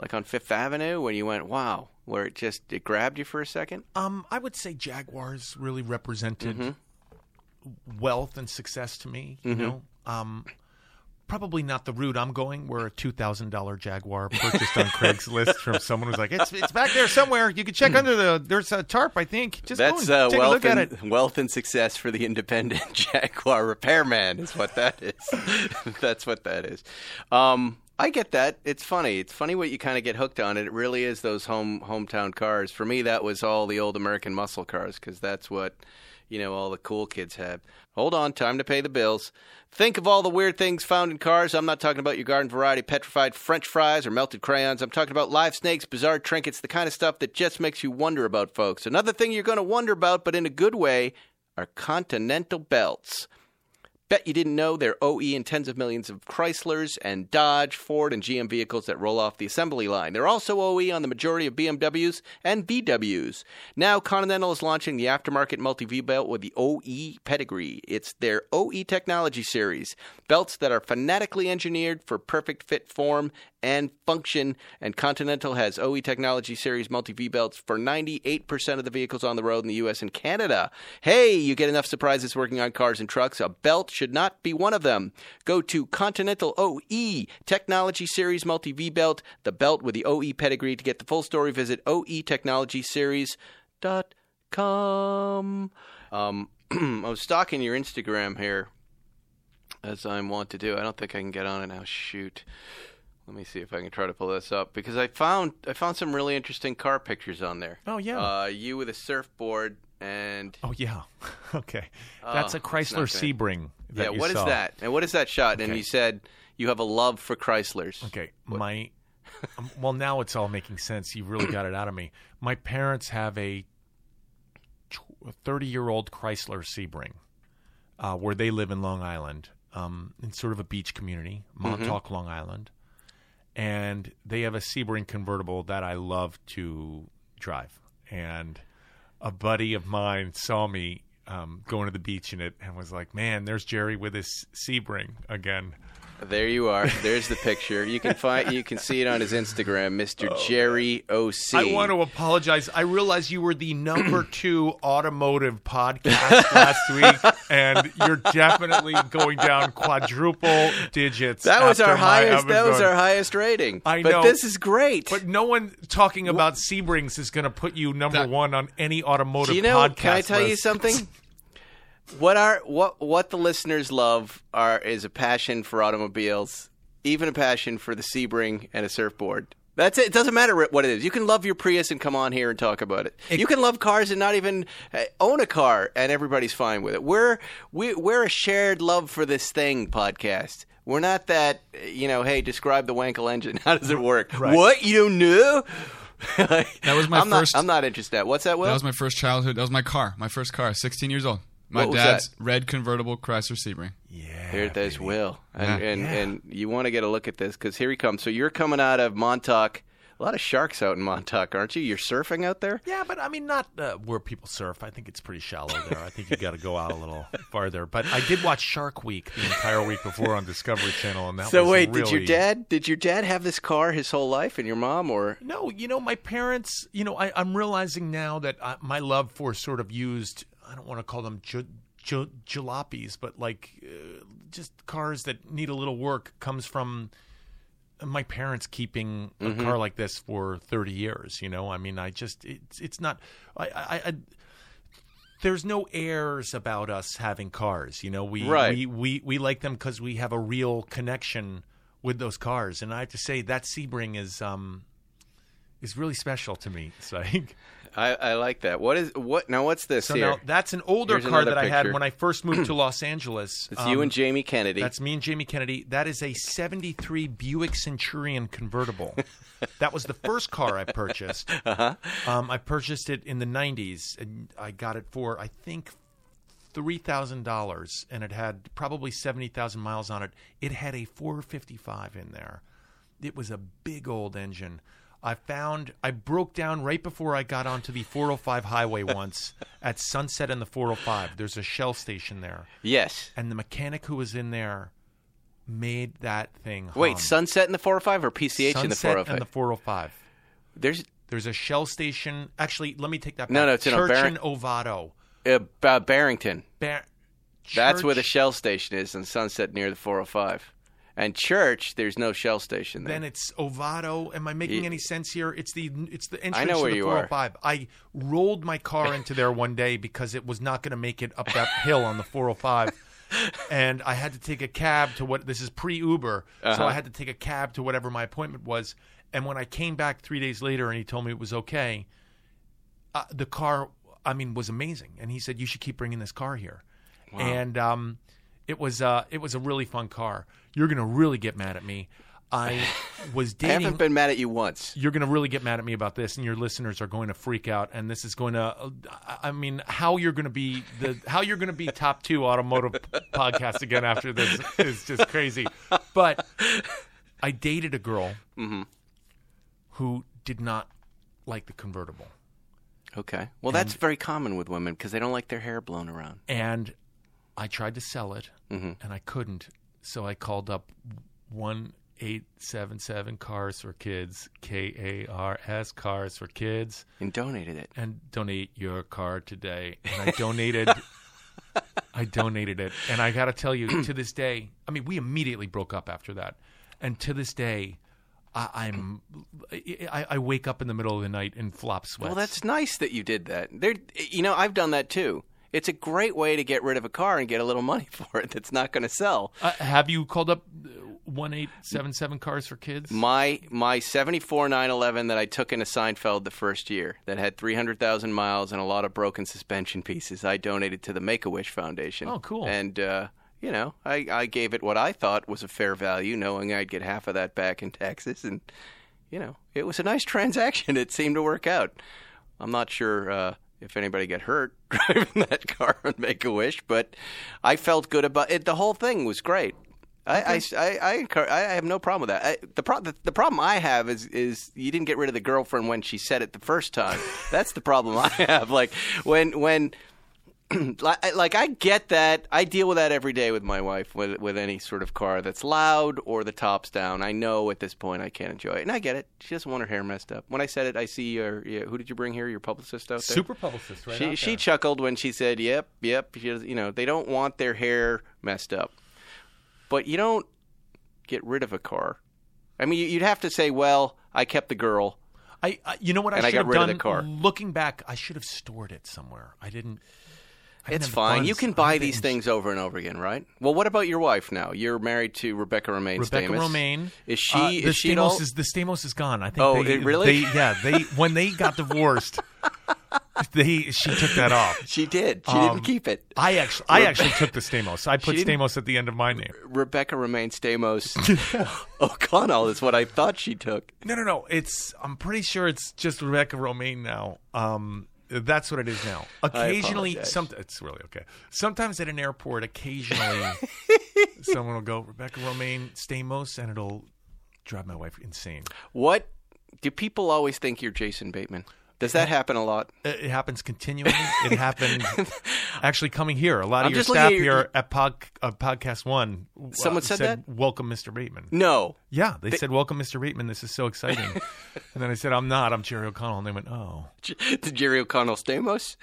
A: like on Fifth Avenue, when you went, "Wow," where it just it grabbed you for a second?
D: Um, I would say Jaguars really represented
A: Mm-hmm.
D: wealth and success to me. You know, um, probably not the route I'm going, where a two thousand dollar
A: <laughs>
D: Jaguar purchased on Craigslist from someone who's like, "It's it's back there somewhere. You can check under the there's a tarp, I think. Just
A: Hmm. That's
D: go
A: uh,
D: and oh, take a
A: wealth
D: look at
A: and
D: it."
A: wealth and success for the independent <laughs> Jaguar repairman is what that is. <laughs> That's what that is. Um, I get that. It's funny. It's funny what you kind of get hooked on. It really is those home hometown cars. For me, that was all the old American muscle cars because that's what you know all the cool kids had. Hold on, time to pay the bills. Think of all the weird things found in cars. I'm not talking about your garden variety petrified French fries or melted crayons. I'm talking about live snakes, bizarre trinkets, the kind of stuff that just makes you wonder about, folks. Another thing you're going to wonder about, but in a good way, are continental belts. Bet you didn't know they're OE in E tens of millions of Chryslers and Dodge, Ford, and GM vehicles that roll off the assembly line. They're also OE on the majority of BMWs and VWs. Now, Continental is launching the aftermarket multi V belt with the OE pedigree. It's their OE technology series, belts that are phonetically engineered for perfect fit form and function. And Continental has OE Technology Series multi V belts for 98% of the vehicles on the road in the US and Canada. Hey, you get enough surprises working on cars and trucks. A belt should not be one of them. Go to Continental OE Technology Series multi V belt, the belt with the OE pedigree. To get the full story, visit E oetechnologyseries.com. Um, <clears throat> I was stalking your Instagram here. As I'm wont to do, I don't think I can get on it now. Shoot. Let me see if I can try to pull this up because I found I found some really interesting car pictures on there.
D: Oh, yeah.
A: uh, you with a surfboard and
D: Oh yeah, <laughs> okay. That's
A: Oh,
D: a
A: it's
D: Chrysler
A: not good.
D: Sebring.
A: yeah,
D: That
A: what
D: you
A: is
D: saw.
A: that? And what is that shot? And you said you have a love for Chryslers.
D: Okay, my um, well now it's all making sense. You really got it out of me. My parents have a thirty-year-old Chrysler Sebring, uh, where they live in Long Island, um, in sort of a beach community, Montauk, Long Island, and they have a Sebring convertible that I love to drive. And a buddy of mine saw me um, going to the beach in it and was like, "Man, there's Jerry with his Sebring again."
A: There you are. There's the picture. You can find you can see it on his Instagram, Mr. Jerry O C.
D: Oh, I want to apologize. I realize you were the
A: <clears throat>
D: number two automotive podcast last week, and you're definitely going down quadruple digits.
A: That was
D: after
A: our
D: my
A: highest. That was
D: episode.
A: our highest rating.
D: I
A: but
D: know.
A: this is great.
D: But no one talking about Sebrings is going to put you number one on any automotive
A: Do you know?
D: podcast.
A: can I tell you
D: list.
A: something? what our what what the listeners love are is a passion for automobiles, even a passion for the Sebring and a surfboard. That's it. It doesn't matter what it is. You can love your Prius and come on here and talk about it. you can love cars and not even uh, own a car, and everybody's fine with it. We're we, we're a shared love for this thing podcast. We're not that uh, you know. Hey, describe the Wankel engine. <laughs> How does it work? What you don't know? <laughs> that
C: was my
A: I'm
C: first-
A: Not, I'm not interested. in that. What's that? Will?
C: That was my first childhood. That was my car. My first car. 16 years old. My
A: What was
C: dad's
A: that?
C: red convertible Chrysler Sebring.
D: Yeah.
A: Here there's Will, and and, and you want to get a look at this because here he comes. So you're coming out of Montauk. A lot of sharks out in Montauk, aren't you? You're surfing out there.
D: Yeah, but I mean, not uh, where people surf. I think it's pretty shallow there. I think you got to go out a
A: <laughs>
D: little farther. But I did watch Shark Week the entire week before on Discovery Channel, and that
A: So
D: was
A: wait,
D: really...
A: did your dad did your dad have this car his whole life, and your mom, or
D: No, you know, my parents, you know, I, I'm realizing now that I, my love for sort of used, I don't want to call them j- j- jalopies, but like uh, just cars that need a little work comes from my parents keeping a
A: Mm-hmm.
D: car like this for 30 years, you know? I mean, I just, it's, it's not, I, I, I, there's no airs about us having cars. You know, we
A: Right.
D: we, we we like them because we have a real connection with those cars. And I have to say that Sebring is um is really special to me. It's like-
A: I, I like that. What is what now? What's this
D: so
A: here?
D: now that's an older
A: Here's
D: car
A: another
D: that I had
A: picture.
D: when I first
A: <clears throat>
D: moved to Los Angeles.
A: it's you
D: Um,
A: and Jamie Kennedy.
D: That's me and Jamie Kennedy. That is a 73 Buick Centurion convertible. that was the first car I purchased. Uh-huh. Um, I purchased it in the 90s, and I got it for, I think, $3,000, and it had probably 70,000 miles on it. It had a 455 in there. It was a big old engine. I found I broke down right before I got onto the 405 highway once at sunset and the 405. There's a Shell station there
A: yes.
D: and the mechanic who was in there made that thing. Hum.
A: Wait, sunset in the 405 or PCH in the
D: Um, Sunset
A: 405?
D: and the 405.
A: There's
D: There's a Shell station. Actually, let me take that back.
A: No, no, it's in
D: Church
A: O'Barron-
D: and Ovado.
A: uh, uh, Barrington.
D: Bar-
A: That's where the
D: Church-
A: Shell station is in Sunset near the 405. And Church, there's no Shell station there.
D: Then it's Ovado. Am I making
A: Ye-
D: any sense here? It's the it's the entrance
A: I know
D: to
A: where
D: the
A: you are.
D: 405. I rolled my
A: <laughs>
D: car into there one day because it was not going to make it up that hill on the 405. And I had to take a cab to what this is pre Uber,
A: Uh-huh.
D: so I had to take a cab to whatever my appointment was. And when I came back three days later, and he told me it was okay, uh, the car, I mean, was amazing. And he said you should keep bringing this car here. And um, it was uh, it was a really fun car. You're gonna really get mad at me.
A: <laughs>
D: I was
A: I
D: dating
A: haven't been mad at you once.
D: you're going to really get mad at me about this, and your listeners are going to freak out. And this is going to, I mean, how you're going to be the how you're going to be top two automotive podcast again after this is just crazy. But I dated a girl
A: Mm-hmm.
D: who did not like the convertible,
A: Okay. Well, that's very common with women because they don't like their hair blown around.
D: and I tried to sell it,
A: Mm-hmm.
D: and I couldn't. So I called up one. 877 Cars for Kids, K A R S, Cars for Kids.
A: And donated it.
D: and donate your car today. And I donated,
A: <laughs>
D: I donated it. And I got to tell you, to this day, I mean, we immediately broke up after that. And to this day, I, I'm, I, I wake up in the middle of the night in flop sweats.
A: Well, that's nice that you did that. There, you know, I've done that too. It's a great way to get rid of a car and get a little money <laughs> for it that's not going to sell.
D: Uh, have you called up one eight seven seven cars for kids?
A: My my 74 911 that I took into Seinfeld the first year that had 300,000 miles and a lot of broken suspension pieces, I donated to the Make-A-Wish Foundation.
D: Oh, cool.
A: And uh, you know, I, I gave it what I thought was a fair value, knowing I'd get half of that back in taxes and you know, it was a nice <laughs> transaction. It seemed to work out. I'm not sure uh, if anybody got hurt <laughs> driving that car on Make a Wish, but I felt good about it. The whole thing was great. I, I, I, I, encour- I I have no problem with that. I, the, pro- the, the problem I have is is you didn't get rid of the girlfriend when she said it the first
D: <laughs>
A: time. That's the problem I have. Like when when like I- like, I get that. I deal with that every day with my wife with with any sort of car that's loud or the top's down. I know at this point I can't enjoy it, and I get it. She doesn't want her hair messed up. When I said it, I see your yeah, who did you bring here? Your publicist out there.
D: Super publicist, right?
A: She
D: out
A: she
D: there.
A: chuckled when she said, "Yep, yep." She, does- you know they don't want their hair messed up, but you don't get rid of a car. I mean, you- you'd have to say, "Well, I kept the girl."
D: I, I you know what
A: And
D: I
A: I
D: should
A: got
D: have
A: rid of
D: done.
A: the car.
D: Looking back, I should have stored it somewhere. I didn't. I didn't
A: It's
D: have the
A: fine. You
D: funds.
A: can
D: I
A: buy
D: didn't-
A: these things over and over again, right? Well, what about your wife now? You're married to Rebecca Romaine
D: Rebecca
A: Stamos.
D: Romaine.
A: Is she?
D: Uh, the
A: is she
D: Stamos
A: at all?
D: is the Stamos is gone. I think.
A: Oh,
D: they,
A: it- really?
D: they- yeah, they when
A: <laughs>
D: they got divorced, they she took that off.
A: She did. She
D: Um,
A: didn't keep it.
D: I actually, I actually took the Stamos. I put
A: She didn't-
D: Stamos at the end of my name.
A: Rebecca Romaine
D: <laughs>
A: Stamos <laughs> O'Connell is what I thought she took.
D: No, no, no. It's I'm pretty sure it's just Rebecca Romaine now. Um, that's what it is now. Occasionally,
A: apologize. <laughs>
D: some it's really okay. Sometimes at an airport, occasionally someone will go Rebecca Romaine Stamos, and it'll drive my wife insane.
A: What do people always think you're Jason Bateman? Does that happen a lot?
D: It it happens continually.
A: <laughs>
D: It happened actually coming here. A lot of
A: I'm
D: your
A: just looking
D: staff
A: at your- e-,
D: here at pod, uh, Podcast One. uh,
A: Someone said that? Mm.
D: Welcome, Mr. Bateman.
A: No.
D: Yeah, they, said, "Welcome, Mr. Bateman. This is so exciting."
A: <laughs>
D: and then I said, "I'm not. I'm Jerry O'Connell." And they went, "Oh,
A: to <laughs> Jerry O'Connell
D: <laughs>
A: Stamos.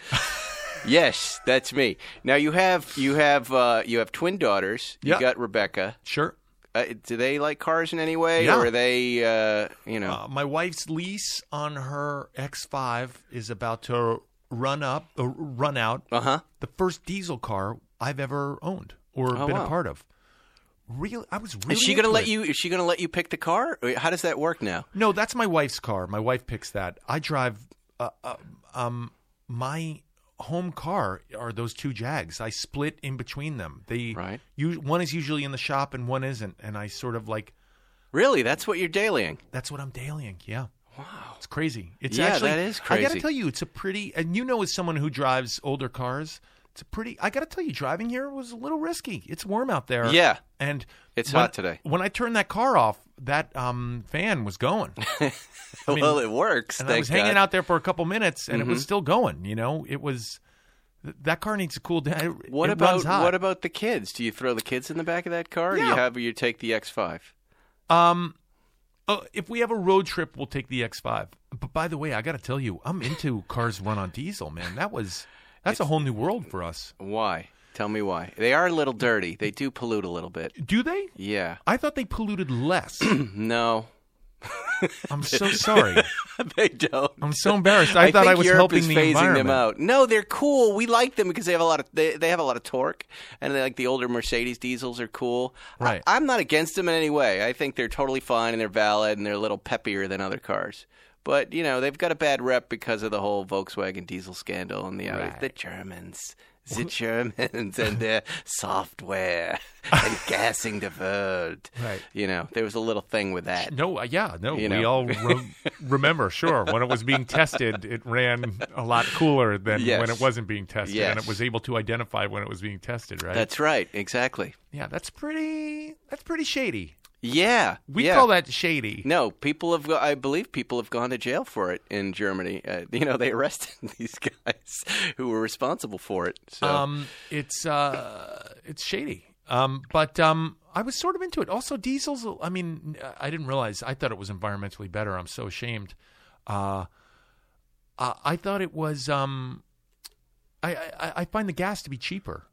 A: yes, that's me. Now you have you have uh, you have twin daughters. You
D: Yeah.
A: got Rebecca.
D: sure."
A: Uh, do they like cars in any way,
D: Yeah.
A: or are they uh, you know?
D: Uh, my wife's lease on her X5 is about to run up, uh, run out.
A: Uh huh.
D: The first diesel car I've ever owned or
A: Oh,
D: been
A: wow.
D: a part of. Really, I was really.
A: Is she gonna
D: into
A: let
D: it.
A: you? Is she gonna let you pick the car? Or How does that work now?
D: No, that's my wife's car. My wife picks that. I drive. Uh, uh, um, my home car are those two Jags. I split in between them. They
A: Right.
D: u- one is usually in the shop and one isn't, and I sort of like
A: Really, that's what you're dailying.
D: that's what I'm dailying. Yeah. Wow. It's crazy. It's
A: Yeah,
D: actually
A: that is
D: I got
A: crazy.
D: to tell you, it's a pretty and you know as someone who drives older cars, it's a pretty I got to tell you driving here was a little risky. It's warm out there.
A: Yeah.
D: And
A: It's
D: when-
A: hot today.
D: When I turned that car off, that um fan
A: <laughs>
D: was going. I mean,
A: well, it works.
D: and I
A: thank
D: was hanging
A: God. Mm-hmm.
D: out there for a couple minutes and it was still going, you know? It was th- that car needs to cool down. It-
A: What
D: it
A: about
D: runs hot.
A: what about the kids? Do you throw the kids in the back of that car? Or do you
D: Yeah.
A: have you take the X5?
D: Um, uh, if we have a road trip, we'll take the X5. But by the way, I got to tell you, I'm into cars run on diesel, man. That was that's a whole new world for us.
A: Why? Tell me why. They are a little dirty. They do pollute a little bit.
D: Do they?
A: Yeah.
D: I thought they polluted
A: <clears throat>
D: less.
A: No, <laughs>
D: I'm so sorry.
A: they don't.
D: I'm so embarrassed. I, thought I
A: think
D: was
A: Europe
D: helping
A: is
D: the
A: phasing
D: environment.
A: them out. No, they're cool. We like them because they have a lot of they, they have a lot of torque, and they, like the older Mercedes diesels are cool.
D: Right.
A: I, I'm not against them in any way. I think they're totally fine and they're valid and they're a little peppier than other cars. But you know they've got a bad rep because of the whole Volkswagen diesel scandal and the Audi. the Germans. The Germans
D: <laughs>
A: and their software and gassing the world.
D: Right.
A: You know, there was a little thing with that.
D: No, uh, yeah, no.
A: You
D: We
A: know. <laughs>
D: all re- remember, sure. When it was being tested, it ran a lot cooler than
A: Yes.
D: when it wasn't being tested, and
A: Yes.
D: it was able to identify when it was being tested. Right?
A: That's right. Exactly.
D: yeah. That's pretty. That's pretty shady.
A: Yeah.
D: We
A: yeah.
D: call that shady.
A: No, people have. go- I believe people have gone to jail for it in Germany. Uh, <laughs> you know, they arrested <laughs> these guys who were responsible for it. So
D: Um, it's uh, it's shady. Um, but um, I was sort of into it. Also, diesels. I mean, I didn't realize. I thought it was environmentally better. I'm so ashamed. Uh, I, I thought it was. Um, I, I I find the gas to be cheaper.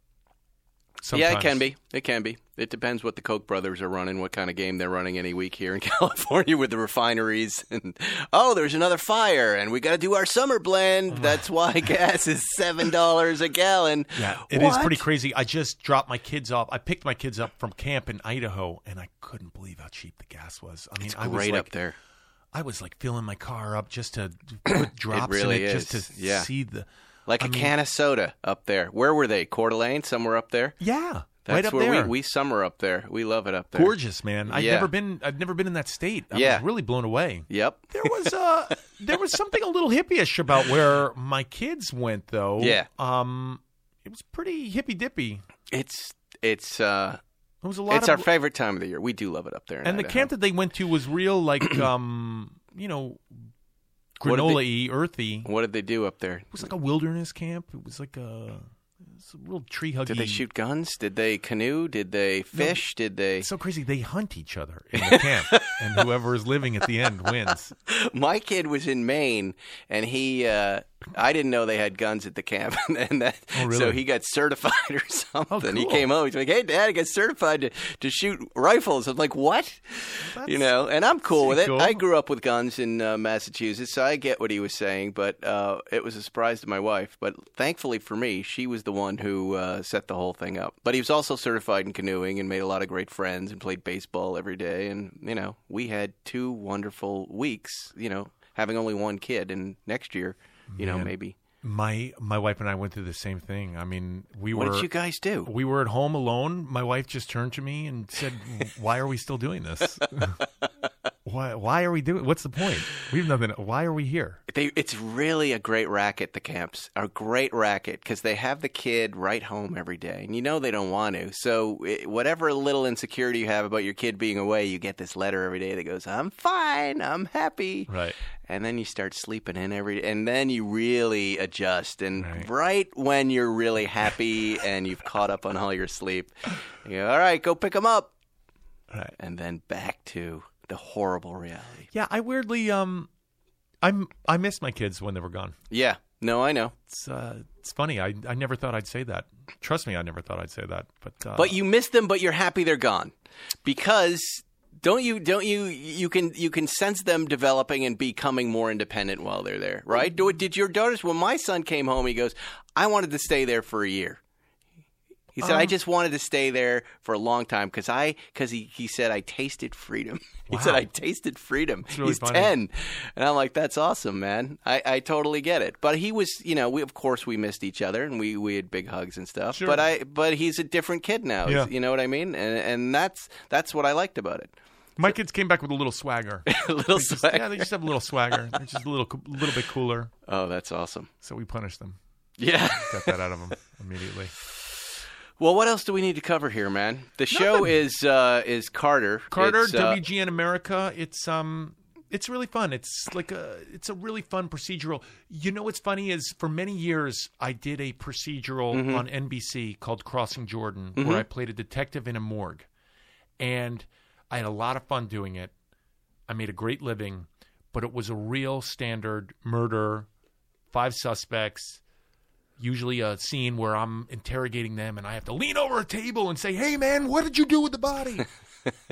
D: Sometimes.
A: yeah, it can be. It can be. It depends what the Koch brothers are running, what kind of game they're running any week here in <laughs> California with the refineries. And oh, there's another fire, and we got to do our summer
D: Oh
A: blend. That's
D: <laughs>
A: why gas is seven dollars a gallon.
D: Yeah, it is
A: What?
D: pretty crazy. I just dropped my kids off. I picked my kids up from camp in Idaho, and I couldn't believe how cheap the gas was. I mean, I was
A: Great
D: like,
A: up there.
D: I was like filling my car up
A: <clears throat>
D: just to put drops
A: really
D: in it,
A: is.
D: just to
A: Yeah.
D: see the
A: Like a
D: I mean-
A: can of soda up there. Where were they? Coeur d'Alene, somewhere up there.
D: yeah,
A: That's
D: right up
A: where
D: there.
A: we we summer up there. We love it up there.
D: Gorgeous, man. I've
A: Yeah.
D: never been. I've never been in that state. I
A: Yeah.
D: was really blown away.
A: Yep.
D: There was uh there was something a little hippie-ish about where my kids went, though.
A: Yeah.
D: Um, it was pretty hippy dippy.
A: It's it's uh
D: It was a lot
A: it's
D: of
A: our favorite time of the year. We do love it up there. in
D: and the
A: Idaho.
D: camp that they went to was real,
A: <clears throat>
D: like um, you know,
A: What did they-
D: granola-y, earthy. It
A: What did they do up there?
D: was like a wilderness camp. It was like a, it was a real tree huggy.
A: Did they shoot guns? Did they canoe? Did they fish? Did they?
D: It's so crazy. They hunt each other in the camp, and whoever is living at the end wins.
A: <laughs> My kid was in Maine, and he. Uh, I didn't know they had guns at the camp, <laughs> and that,
D: Oh, really? Oh,
A: so he got certified <laughs> or something. He
D: cool.
A: came home. He's like, "Hey, Dad, I got certified to, to shoot rifles." I'm like, "What?" you know, and I'm cool with it.
D: cool.
A: I grew up with guns in uh, Massachusetts, so I get what he was saying. But uh, it was a surprise to my wife. But thankfully for me, she was the one who uh, set the whole thing up. But he was also certified in canoeing and made a lot of great friends and played baseball every day. And you know, we had two wonderful weeks. You know, having only one kid, and next year, you know, maybe.
D: My my wife and I went through the same thing. I mean, we
A: What
D: were
A: did you guys do?
D: we were at
A: <laughs>
D: home alone. My wife just turned to me and said, "Why are we still doing this? why, why are we doing? What's the point? We have nothing. Why are we here?
A: They, it's really a great racket, the camps. A great racket because they have the kid right home every day. And you know they don't want to. So, it, whatever little insecurity you have about your kid being away, you get this letter every day that goes, I'm fine, I'm happy.
D: Right.
A: And then you start sleeping in every And then you really adjust. And right, when you're really happy and you've caught up on all your sleep, you go, All right, go pick him up.
D: Right.
A: And then back to the horrible reality.
D: Yeah, I weirdly um, I'm I miss my kids when they were gone.
A: Yeah. No, I know.
D: It's uh, it's funny. I I never thought I'd say that. Trust me, I never thought I'd say that. But uh,
A: But you miss them, but you're happy they're gone because don't you don't you you can you can sense them developing and becoming more independent while they're there, right?
D: Mm-hmm.
A: Do did your daughters? When my son came home, he goes, "I wanted to stay there for a year." He said,
D: Oh.
A: "I just wanted to stay there for a long time because I because he he said I tasted freedom." <laughs> He said,
D: Wow.
A: "I tasted freedom."
D: really
A: He's
D: funny.
A: ten, <laughs> and I'm like, "That's awesome, man! I, I totally get it." But he was, you know, we of course we missed each other and we we had big hugs and stuff.
D: Sure.
A: But I but he's a different kid now.
D: Yeah.
A: You know what I mean? And and that's that's what I liked about it.
D: my kids came back with <laughs> a little swagger.
A: <laughs> A little
D: They just-
A: swag.
D: Yeah, they just have a little swagger. They're just a little a little bit cooler.
A: Oh, that's awesome. <laughs>
D: So we punished them.
A: Yeah.
D: Got that out of them
A: <laughs>
D: immediately.
A: well, what else do we need to cover here, man? The show is uh is Carter.
D: Carter,
A: It's, uh,
D: WGN America. It's um, it's really fun. It's like a, it's a really fun procedural. You know what's funny is for many years I did a procedural
A: Mm-hmm.
D: on NBC called Crossing Jordan, where I played a detective in a morgue, and I had a lot of fun doing it. I made a great living, but it was a real standard murder, five suspects. Usually, a scene where I'm interrogating them and I have to lean over a table and say, Hey, man, what did you do with the body?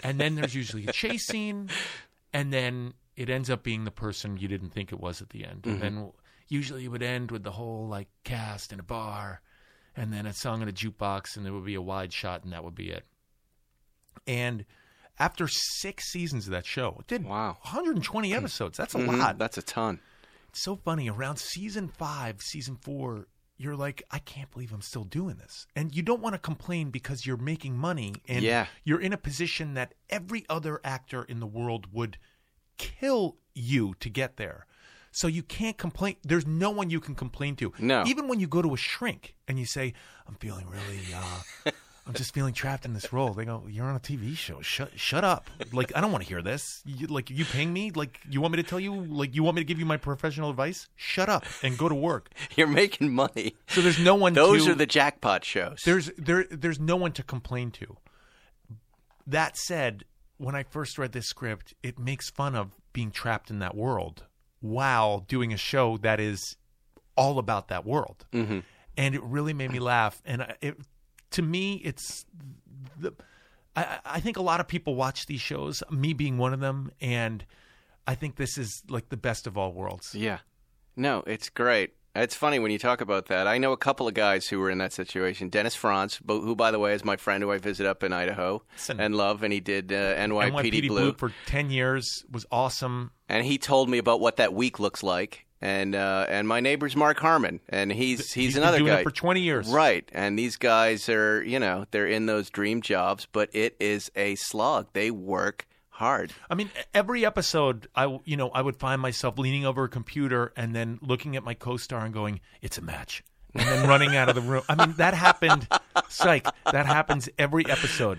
D: and then there's usually a chase scene, and then it ends up being the person you didn't think it was at the end. And then usually it would end with the whole like cast in a bar, and then a song in a jukebox, and there would be a wide shot, and that would be it. And after six seasons of that show, it did
A: Wow.
D: 120 episodes. That's a
A: mhm,
D: lot.
A: That's a ton. <laughs>
D: It's so funny. Around season five, season four, you're like, I can't believe I'm still doing this. And you don't want to complain because you're making money and
A: Yeah.
D: you're in a position that every other actor in the world would kill you to get there. So you can't complain. There's no one you can complain to.
A: No.
D: Even when you go to a shrink and you say, I'm feeling really,
A: <laughs>
D: uh, I'm just feeling trapped in this role. They go, You're on a TV show. Shut, shut up. Like, I don't want to hear this. You, like, you paying me? Like, you want me to tell you? Like, you want me to give you my professional advice? Shut up and go to work.
A: You're making money.
D: So there's no one
A: Those
D: to-
A: are the jackpot shows.
D: there's there there's no one to complain to. That said, when I first read this script, it makes fun of being trapped in that world while doing a show that is all about that world, and it really made me laugh. And I- it, to me, it's the I, I- I think a lot of people watch these shows, me being one of them, and I think this is like the best of all worlds.
A: Yeah. No, it's great. It's funny when you talk about that. I know a couple of guys who were in that situation. Dennis Franz, bo- who, by the way, is my friend who I visit up in Idaho
D: Listen.
A: and love, and he did uh, NYPD,
D: NYPD
A: Blue.
D: Blue for ten years was awesome.
A: and he told me about what that week looks like. And uh, and my neighbor's Mark Harmon, and he's he's,
D: He's been
A: another
D: doing
A: guy
D: it for 20 years.
A: right? And these guys are you know they're in those dream jobs, but it is a slog. They work hard.
D: I mean, e-, every episode, I w- you know I would find myself leaning over a computer and then looking at my co-star and going, "It's a match," and then running out of the room. I mean, that happened. Psych. That happens every episode.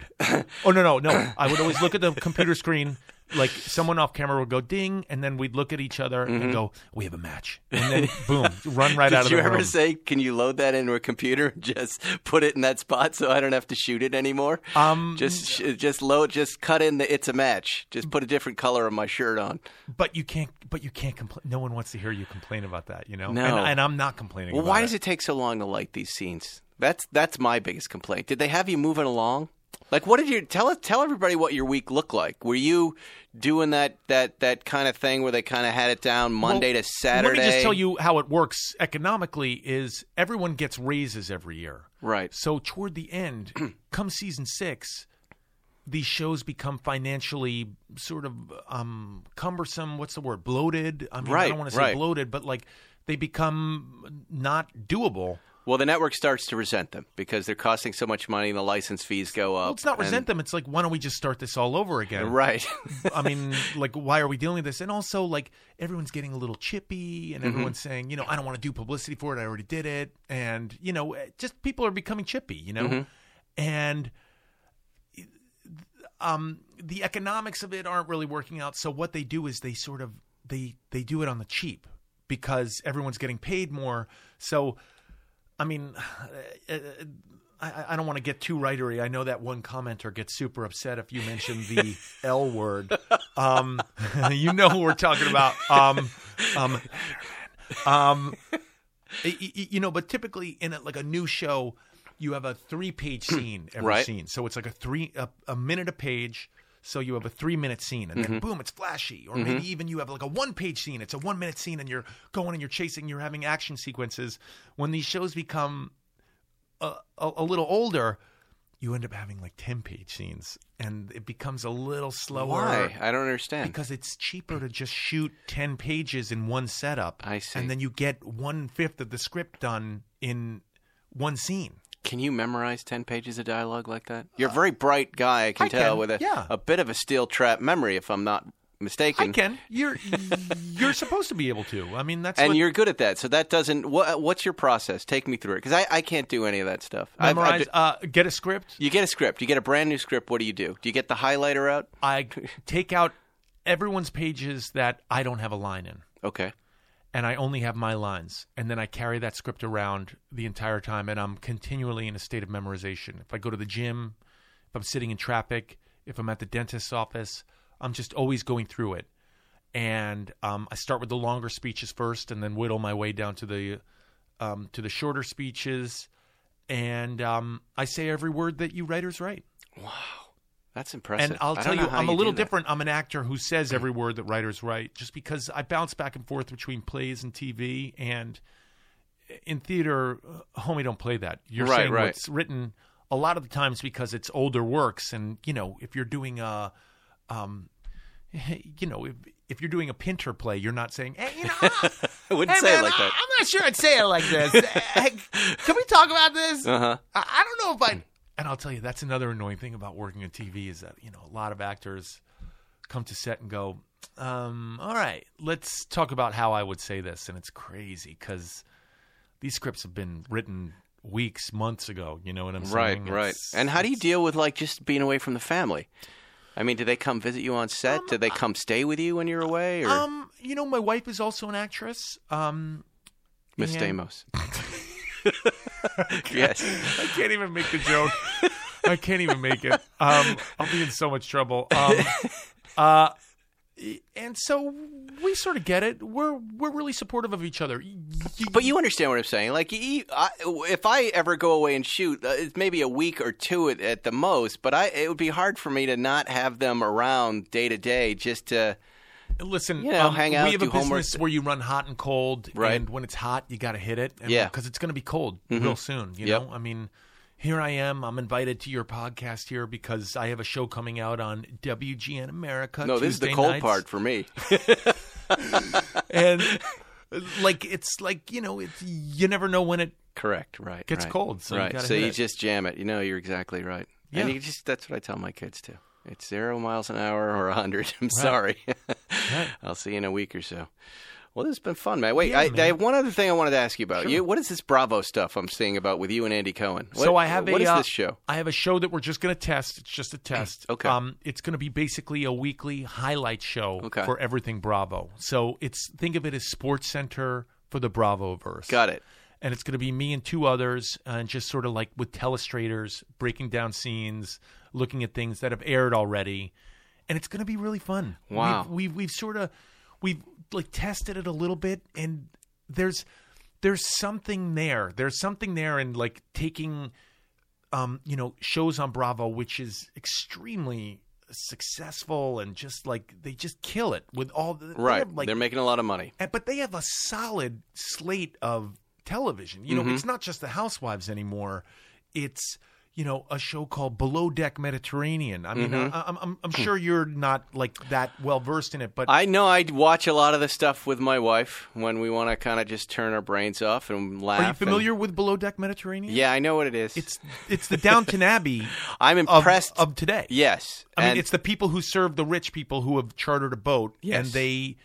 D: Oh no, no, no! I would always look at the computer screen. Like someone off camera would go ding, and then we'd look at each other and go, "We have a match," and then boom, run right
A: Mm-hmm.
D: out
A: Did
D: of
A: you
D: the
A: ever
D: room.
A: say, "Can you load that into a computer <laughs> and just put it in that spot so I don't have to shoot it anymore"?
D: Um,
A: just sh- just load, just cut in the "It's a match." Just put a different color of my shirt on.
D: but you can't. But you can't complain. No one wants to hear you complain about that. You know.
A: No.
D: And, and I'm not complaining.
A: Well,
D: about
A: why
D: it.
A: does it take so long to light these scenes? That's that's my biggest complaint. Did they have you moving along? Like, what did you tell tell everybody what your week looked like? Were you doing that that that kind of thing where they kind of had it down Monday to Saturday?
D: Let me just tell you how it works economically is everyone gets raises every year.
A: Right.
D: So toward the end,
A: <clears throat>
D: come season 6, these shows become financially sort of um cumbersome, what's the word? bloated. I mean, I
A: Right,
D: don't want to say
A: right.
D: bloated, but like they become not doable.
A: Well, the network starts to resent them because they're costing so much money. The license fees go up.
D: Well, it's not
A: and-
D: resent them. It's like, why don't we just start this all over <laughs> again?
A: Right.
D: I mean, like, why are we dealing with this? And also, like, everyone's getting a little chippy, and everyone's saying, you know, I don't want to do publicity for it. I already did it, and you know, eh, just people are becoming chippy, you know, and eh, um, the economics of it aren't really working out. So what they do is they sort of they they do it on the cheap because everyone's getting paid more. So, I mean. I- I, I don't want to get too writery. I know that one commenter gets super upset if you mention the L word. Um, <laughs> you know who we're talking about. Um, um, um, y- y- y- you know, but typically in a, like a new show, you have a three-page scene every
A: Right.
D: scene, so it's like a three a, a minute a page. So you have a three-minute scene, and then boom, it's flashy. Or maybe even you have like a one-page scene. It's a one-minute scene, and you're going and you're chasing. You're having action sequences. When these shows become a, a little older, you end up having like 10 page scenes and it becomes a little slower.
A: Why? I don't understand.
D: Because it's cheaper to just shoot 10 pages in one setup.
A: I see.
D: And then you get one fifth of the script done in one scene.
A: Can you memorize 10 pages of dialogue like that? You're a very bright guy, I can
D: I
A: tell,
D: can,
A: with a,
D: yeah.
A: a bit of a steel trap memory, if I'm not mistaken.
D: I can. You're you're supposed to be able to. I mean, that's
A: And
D: what
A: you're good at that. So that doesn't. What, what's your process? Take me through it. Because I, I can't do any of that stuff. I've- I've
D: memorize.
A: d-
D: uh, get a script.
A: you get a script. You get a brand new script. What do you do? Do you get the highlighter out?
D: I take out everyone's pages that I don't have a line in.
A: Okay.
D: and I only have my lines. And then I carry that script around the entire time, and I'm continually in a state of memorization. If I go to the gym, if I'm sitting in traffic, if I'm at the dentist's office, I'm just always going through it. And um, I start with the longer speeches first, and then whittle my way down to the um, to the shorter speeches. And um, I say every word that you writers write.
A: That's impressive.
D: And I'll
A: I don't
D: tell
A: know
D: you,
A: how
D: I'm a
A: do
D: little
A: that. Mm.
D: different. I'm an actor who says every word that writers write, just because I bounce back and forth between plays and TV. And in theater, uh, homie, don't play that. You're
A: Right,
D: saying
A: right.
D: what's written a lot of the times because it's older works, and you know, if you're doing a, um, <laughs> you know, if if you're doing a Pinter play, you're not saying, hey, you know, ah, I-
A: <laughs> I wouldn't
D: hey,
A: say
D: man,
A: it like
D: I,
A: that.
D: am not sure I'd say it
A: <laughs>
D: like this. Hey, can we talk about this?
A: Uh-huh.
D: I, I don't know if I. And I'll tell you, that's another annoying thing about working on TV is that you know a lot of actors come to set and go, um, "All right, let's talk about how I would say this," and it's crazy because these scripts have been written weeks, months ago. You know what I'm
A: Right,
D: saying?
A: right.
D: It's-
A: And how do you deal with like just being away from the family? I mean, do they come visit you on set? do they come stay with you when you're away? Or
D: Um, you know, my wife is also an actress. Um,
A: Miss
D: yeah. <laughs>
A: Stamos? yes.
D: I can't even make the
A: <laughs>
D: joke. I can't even make it. Um, I'll be in so much trouble.
A: <laughs>
D: Um, uh, and so we sort of get it. We're we're really supportive of each other. Y- y-
A: But you understand what I'm saying. Like, e- I, if I ever go away and shoot, uh, it's maybe a week or two at, at the most. But I, it would be hard for me to not have them around day to day, just to.
D: listen,
A: you know,
D: um,
A: hang out,
D: we have
A: do
D: a business
A: homework.
D: where you run hot and cold,
A: Right.
D: and when it's hot, you got to hit it. And,
A: Yeah. Mm-hmm.
D: because it's going to be cold real soon. You
A: Yep.
D: know, I mean. Here I am. I'm invited to your podcast here because I have a show coming out on WGN America.
A: No, this is the
D: Uh, Tuesday
A: cold
D: nights.
A: part for me.
D: and <laughs> like it's like you know it's you never know when it
A: Correct. Right.
D: Gets
A: right.
D: cold, so you
A: right.
D: gotta
A: so
D: hit
A: you
D: it.
A: just jam it. You know, you're exactly right. And
D: Yeah.
A: you just that's what I tell my kids too. It's zero miles an hour or a hundred. <laughs> I'm sorry. I'll see you in a week or so. Well, this has been fun, man. Wait, I, I have one other thing I wanted to ask you about. You, what is this Bravo stuff I'm seeing about with you and Andy Cohen? What,
D: so I have
A: what
D: a
A: is
D: uh,
A: this show?
D: I have a show that we're just going to test. It's just a test.
A: <clears throat> Okay.
D: Um, it's going to be basically a weekly highlight show
A: Okay.
D: for everything Bravo. So it's think of it as Sports Center for the Bravo verse.
A: Got it.
D: And it's going to be me and two others, uh, and just sort of like with telestrators, breaking down scenes, looking at things that have aired already, and it's going to be really fun.
A: Wow.
D: We've we've, we've sort of we've like tested it a little bit, and there's there's something there. There's something there, and like taking um, you know, shows on Bravo, which is extremely successful and just like they just kill it with all the they
A: Right.
D: have, like,
A: They're making a lot of money.
D: and- but they have a solid
A: Mm-hmm.
D: slate of television. You know, it's not just the housewives anymore. It's you know, a show called Below Deck Mediterranean. I mean,
A: Mm-hmm.
D: I, I'm, I'm, I'm sure you're not like that well versed in it, but
A: Hmm. I know I watch a lot of the stuff with my wife when we want to kind of just turn our brains off and laugh.
D: are you
A: and-
D: familiar with Below Deck Mediterranean?
A: yeah, I know what it is.
D: It's it's the Downton Abbey
A: <laughs> I'm
D: of,
A: impressed.
D: of today.
A: yes,
D: I mean,
A: and
D: it's the people who serve the rich people who have chartered a boat,
A: Yes.
D: and they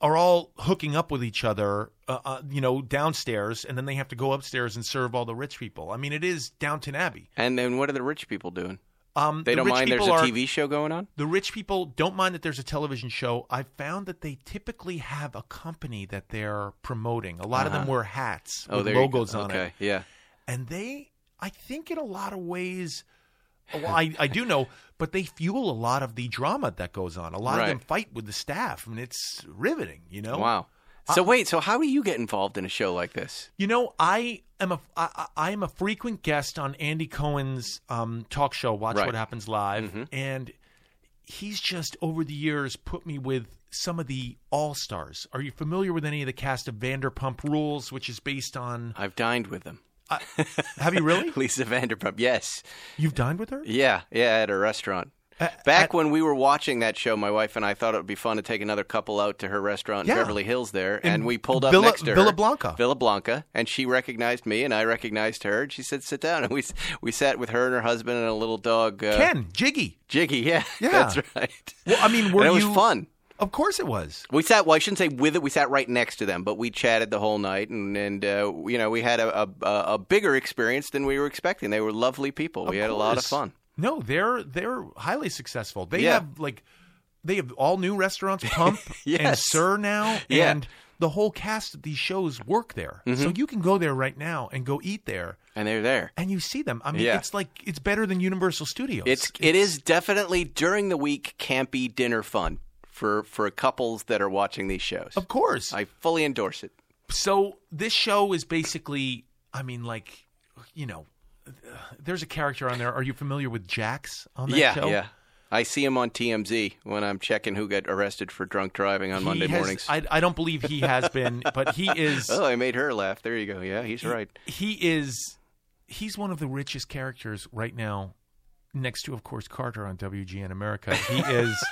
D: are all hooking up with each other, uh, uh, you know, downstairs, and then they have to go upstairs and serve all the rich people. I mean, it is Downton Abbey.
A: and then what are the rich people doing?
D: Um,
A: They
D: the
A: don't
D: rich
A: mind. There's a
D: people are-
A: TV show going on.
D: The rich people don't mind that there's a television show. I found that they typically have a company that they're promoting. A lot of them wear hats
A: Oh,
D: with
A: there
D: logos
A: you go.
D: on
A: okay,
D: it,
A: yeah.
D: and they, I think, in a lot of ways. Well, I, I do know, but they fuel a lot of the drama that goes on. A lot
A: Right.
D: of them fight with the staff, and it's riveting. You know,
A: Wow. So wait, so how do you get involved in a show like this?
D: You know, I am a I, I I am a frequent guest on Andy Cohen's um, talk show, Watch
A: Right. Mm-hmm.
D: What Happens Live, and he's just over the years put me with some of the all stars. Are you familiar with any of the cast of Vanderpump Rules, which is based on?
A: I've dined with them. <laughs>
D: Have you really?
A: Lisa Vanderpump. Yes.
D: You've dined with her?
A: Yeah. Yeah. At a restaurant.
D: At-
A: Back
D: at-
A: when we were watching that show, my wife and I thought it would be fun to take another couple out to her restaurant in
D: Yeah.
A: Beverly Hills there, and we pulled up
D: Villa-
A: next to her,
D: Villa Blanca.
A: Villa Blanca, and she recognized me, and I recognized her, and she said, "Sit down." And we s- we sat with her and her husband and a little dog, uh,
D: Ken Jiggy.
A: Jiggy. Yeah, <laughs>
D: Yeah.
A: that's right.
D: Well, I mean, were
A: and it
D: you-
A: was fun.
D: Of course it was.
A: We sat. Well, I shouldn't say with it. We sat right next to them, but we chatted the whole night, and and uh, you know we had a, a a bigger experience than we were expecting. They were lovely people. we
D: Of
A: had a lot of
D: course.
A: fun.
D: No, they're they're highly successful. They
A: Yeah.
D: have like they have all new restaurants, Pump and
A: <laughs> Yes.
D: Sir now,
A: Yeah. Mm-hmm.
D: and the whole cast of these shows work there. So you can go there right now and go eat there,
A: And they're there.
D: and you see them. I mean,
A: Yeah.
D: it's like it's better than Universal Studios.
A: It's it is definitely during the week campy dinner fun for for couples that are watching these shows.
D: of course.
A: I fully endorse it.
D: so this show is basically, I mean, like you know, there's a character on there. Are you familiar with Jax on that
A: yeah,
D: show?
A: yeah. I see him on TMZ when I'm checking who got arrested for drunk driving on
D: He
A: Monday
D: has-
A: mornings.
D: I, I don't believe he has been,
A: <laughs>
D: but he is.
A: oh, I made her laugh. There you go. Yeah, he's right.
D: he is he's one of the richest characters right now next to of course carter on wgn
A: <laughs>
D: america he is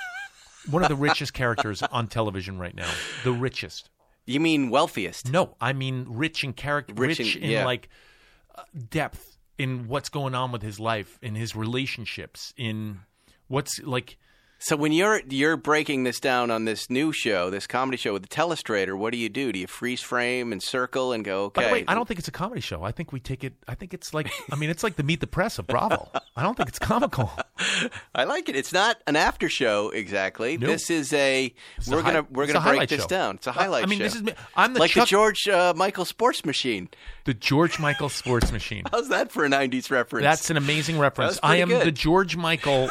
D: one of the richest characters on television right now the richest
A: You mean wealthiest?
D: no i mean rich in character
A: Rich
D: rich,
A: in-
D: in,
A: yeah.
D: like uh, depth in what's going on with his life in his relationships in what's like
A: So when you're you're breaking this down on this new show, this comedy show with the Telestrator, what do you do? Do you freeze frame and circle and go? Okay.
D: by the way i don't think it's a comedy show i think we take it i think it's like i mean it's like the meet the press of bravo i don't think it's comical
A: I like it. It's not an after show exactly.
D: Nope.
A: This is a
D: It's
A: we're
D: a hi-
A: gonna we're
D: it's
A: gonna
D: a
A: break
D: highlight
A: this
D: show.
A: down. It's a
D: Uh,
A: highlight.
D: I mean,
A: show.
D: this is me- I'm the
A: like
D: Chuck-
A: the George uh, Michael Sports Machine.
D: the george michael sports
A: <laughs>
D: machine
A: How's that for a '90s reference?
D: That's an amazing reference.
A: That was
D: I
A: pretty
D: am
A: good.
D: the George
A: <laughs>
D: Michael,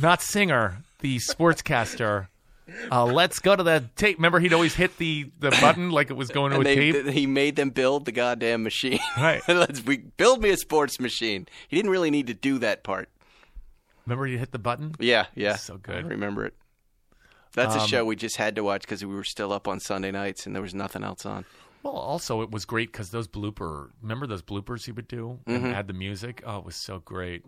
D: not singer, the sportscaster. Uh, let's go to the tape. Remember, he'd always hit the,
A: <coughs>
D: the button like it was going to
A: and
D: a
A: they,
D: tape.
A: th- he made them build the goddamn machine.
D: Right.
A: <laughs> Let's we build me a sports machine. He didn't really need to do that part.
D: Remember, you hit the button.
A: Yeah, yeah.
D: So good. Um,
A: I remember it. That's a show we just had to watch because we were still up on Sunday nights and there was nothing else on.
D: Well, also it was great because those blooper. Remember those bloopers he would do
A: Mm-hmm.
D: and add the music. Oh, it was so great.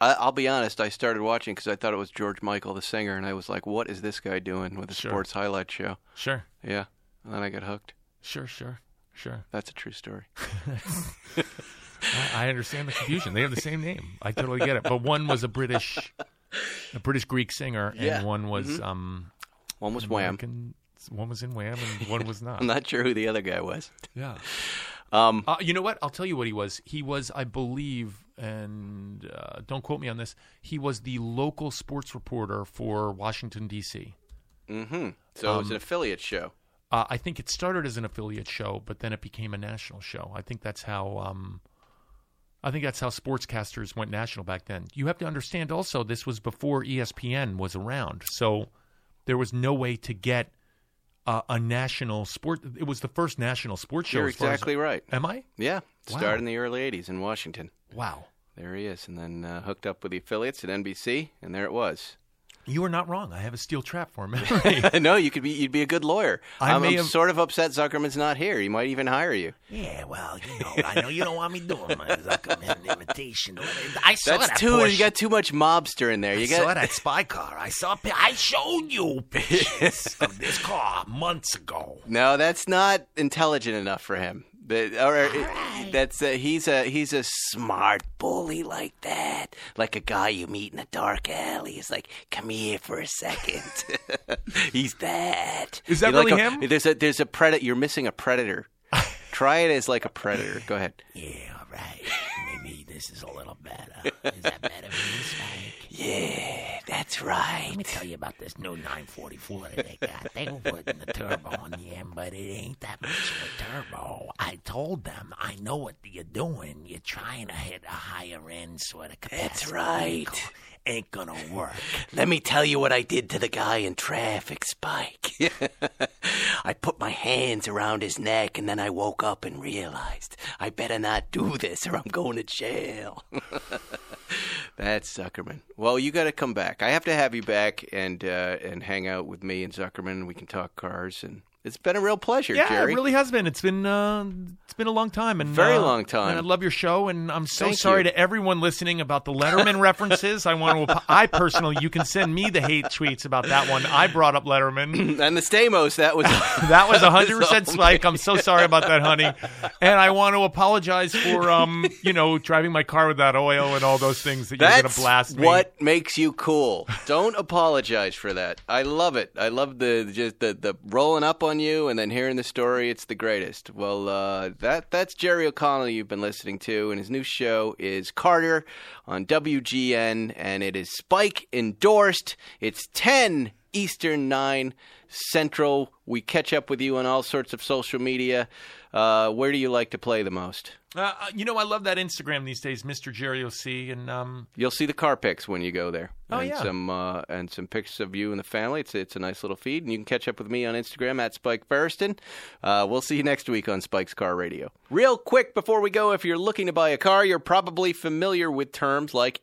A: I, I'll be honest. I started watching because I thought it was George Michael, the singer, and I was like, "What is this guy doing with a
D: Sure.
A: sports highlight show?"
D: Sure,
A: Yeah, and then I got hooked.
D: sure, sure, sure.
A: That's a true story.
D: I, I understand the confusion. They have the same name. I totally get it. But one was a British, a British Greek singer,
A: Yeah.
D: and one was um,
A: One was Wham.
D: American. One was in Wham, and one was
A: <laughs>
D: not.
A: I'm not sure who the other guy was.
D: Yeah. Um, you know what? I'll tell you what he was. He was, I believe, and uh, don't quote me on this. He was the local sports reporter for Washington D.C.
A: So it was an
D: Um,
A: affiliate show.
D: Uh, I think it started as an affiliate show, but then it became a national show. I think that's how. Um, I think that's how sportscasters went national back then. You have to understand also this was before E ESPN was around, so there was no way to get uh, a national sport. It was the first national sports show.
A: You're
D: as far as-
A: exactly right.
D: Am I?
A: Yeah,
D: Wow.
A: started in the early '80s in Washington.
D: Wow.
A: There he is, and then uh, hooked up with the affiliates at NBC, and there it was.
D: You are not wrong. I have a steel trap
A: <laughs>
D: for memory.
A: no, you could be you'd be a good lawyer.
D: I
A: I'm,
D: may
A: I'm
D: have-
A: sort of upset Zuckerman's not here. He might even hire you.
C: Yeah, well, you know, I know you don't want me doing my Zuckerman imitation. I saw
A: That's
C: that
A: too.
C: Porsche.
A: You got too much mobster in there.
C: I
A: You
C: saw
A: got
C: that spy car. I saw. pi- I showed you pictures of this car months ago.
A: no. That's not intelligent enough for him. That, or, That's uh, he's a he's a smart bully like that, like a guy you meet in a dark alley. He's like, come here for a
C: <laughs>
A: second. he's that.
D: Is that
A: You're
D: really
A: like a-
D: him?
A: There's a there's a predator. You're missing a
C: <laughs>
A: predator. Try it as like a predator. Go ahead.
C: Yeah, all right. Maybe this is a little better. Is that better for you,
A: <laughs>
C: Spike?
A: That's right.
C: Let me tell you about this new 944 that they got. They were putting the turbo on the end, but it ain't that much of a turbo. I told them, I know what you're doing. You're trying to hit a higher end sort of capacity.
A: That's right.
C: Nickel. Ain't gonna work.
A: Let me tell you what I did to the guy in traffic, <laughs> Spike. I put my hands around his neck and then I woke up and realized I better not do this or I'm going to jail. <laughs> That's Zuckerman. Well, you got to come back. I have to have you back and uh, and hang out with me and Zuckerman. We can talk cars and it's been a real pleasure,
D: yeah,
A: Jerry.
D: it really has been. It's been uh, it's been a long time and
A: Very
D: uh,
A: long time.
D: And I love your show, and I'm so
A: Thank
D: sorry
A: you.
D: to everyone listening about
A: <laughs>
D: the Letterman references. I want to. apo- I personally, you can send me the hate tweets about that one. I brought up Letterman.
A: and the Stamos, that <laughs> was
D: That was 100 percent
A: all
D: Spike. I'm so sorry about that, honey. And I want to apologize for um, you know, driving my car without oil and all those things that you're
A: That's
D: gonna blast me.
A: what makes you cool. Don't apologize for that. I love it. I love the just the, the rolling up on you and then hearing the story. It's the greatest. Well, uh, that that's Jerry O'Connell you've been listening to, and his new show is Carter on WGN, and it is Spike endorsed. It's ten Eastern nine Central. We catch up with you on all sorts of social media. Uh, where do you like to play the most?
D: Uh, uh, you know, I love that Instagram these days, Mr. Jerry OC, and um,
A: You'll see the car pics when you go there.
D: Oh,
A: and
D: yeah.
A: Some uh, and some pictures of you and the family. It's it's a nice little feed, and you can catch up with me on Instagram at Spike Ferriston. Uh, we'll see you next week on Spike's Car Radio. Real quick before we go, if you're looking to buy a car, you're probably familiar with terms like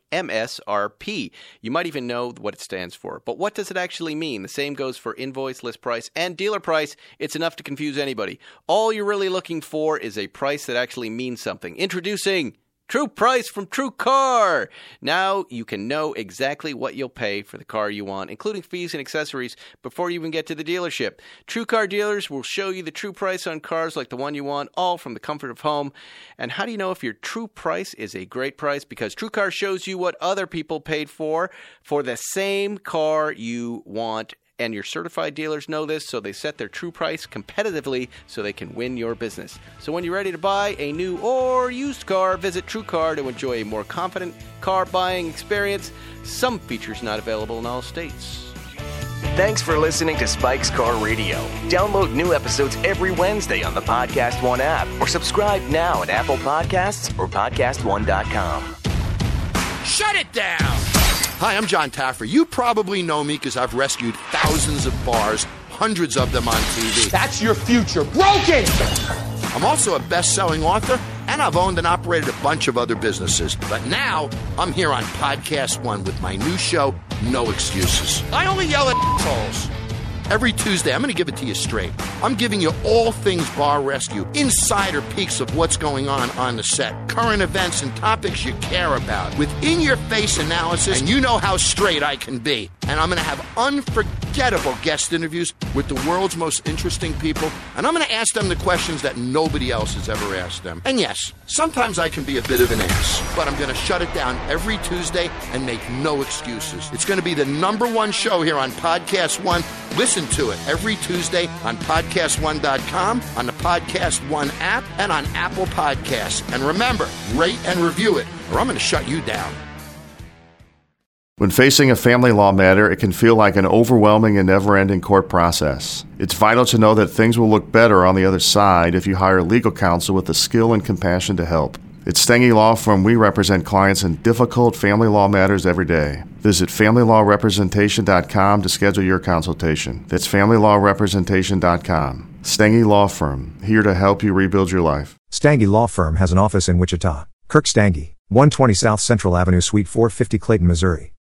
A: MSRP. You might even know what it stands for, but what does it actually mean? The same goes for invoice, list price, and dealer price. It's enough to confuse anybody. All you're really looking for is a price that actually means something. Introducing. True price from True Car. Now you can know exactly what you'll pay for the car you want, including fees and accessories, before you even get to the dealership. True Car dealers will show you the true price on cars like the one you want, all from the comfort of home. And how do you know if your true price is a great price? Because True Car shows you what other people paid for for the same car you want and your certified dealers know this, so they set their true price competitively so they can win your business. So when you're ready to buy a new or used car, visit TrueCar to enjoy a more confident car buying experience. Some features not available in all states.
B: Thanks for listening to Spike's Car Radio. Download new episodes every Wednesday on the Podcast One app or subscribe now at Apple Podcasts or PodcastOne.com.
G: Shut it down! Hi, I'm John Taffer. You probably know me because I've rescued thousands of bars, hundreds of them on TV. That's your future. Broken! I'm also a best selling author, and I've owned and operated a bunch of other businesses. But now I'm here on Podcast One with my new show, No Excuses. I only yell at assholes. Every Tuesday, I'm going to give it to you straight. I'm giving you all things bar rescue, insider peeks of what's going on on the set, current events and topics you care about, with in your face analysis, and you know how straight I can be. And I'm going to have unforgettable guest interviews with the world's most interesting people, and I'm going to ask them the questions that nobody else has ever asked them. And yes, sometimes I can be a bit of an ass, but I'm going to shut it down every Tuesday and make no excuses. It's going to be the number one show here on Podcast One. Listen to it every Tuesday on PodcastOne.com, on the Podcast One app, and on Apple Podcasts. And remember, rate and review it, or I'm going to shut you down.
H: When facing a family law matter, it can feel like an overwhelming and never ending court process. It's vital to know that things will look better on the other side if you hire legal counsel with the skill and compassion to help. At Stengy Law Firm, we represent clients in difficult family law matters every day. Visit FamilyLawRepresentation.com to schedule your consultation. That's FamilyLawRepresentation.com. Stengy Law Firm, here to help you rebuild your life.
I: Stangy Law Firm has an office in Wichita. Kirk Stangy, 120 South Central Avenue, Suite 450, Clayton, Missouri.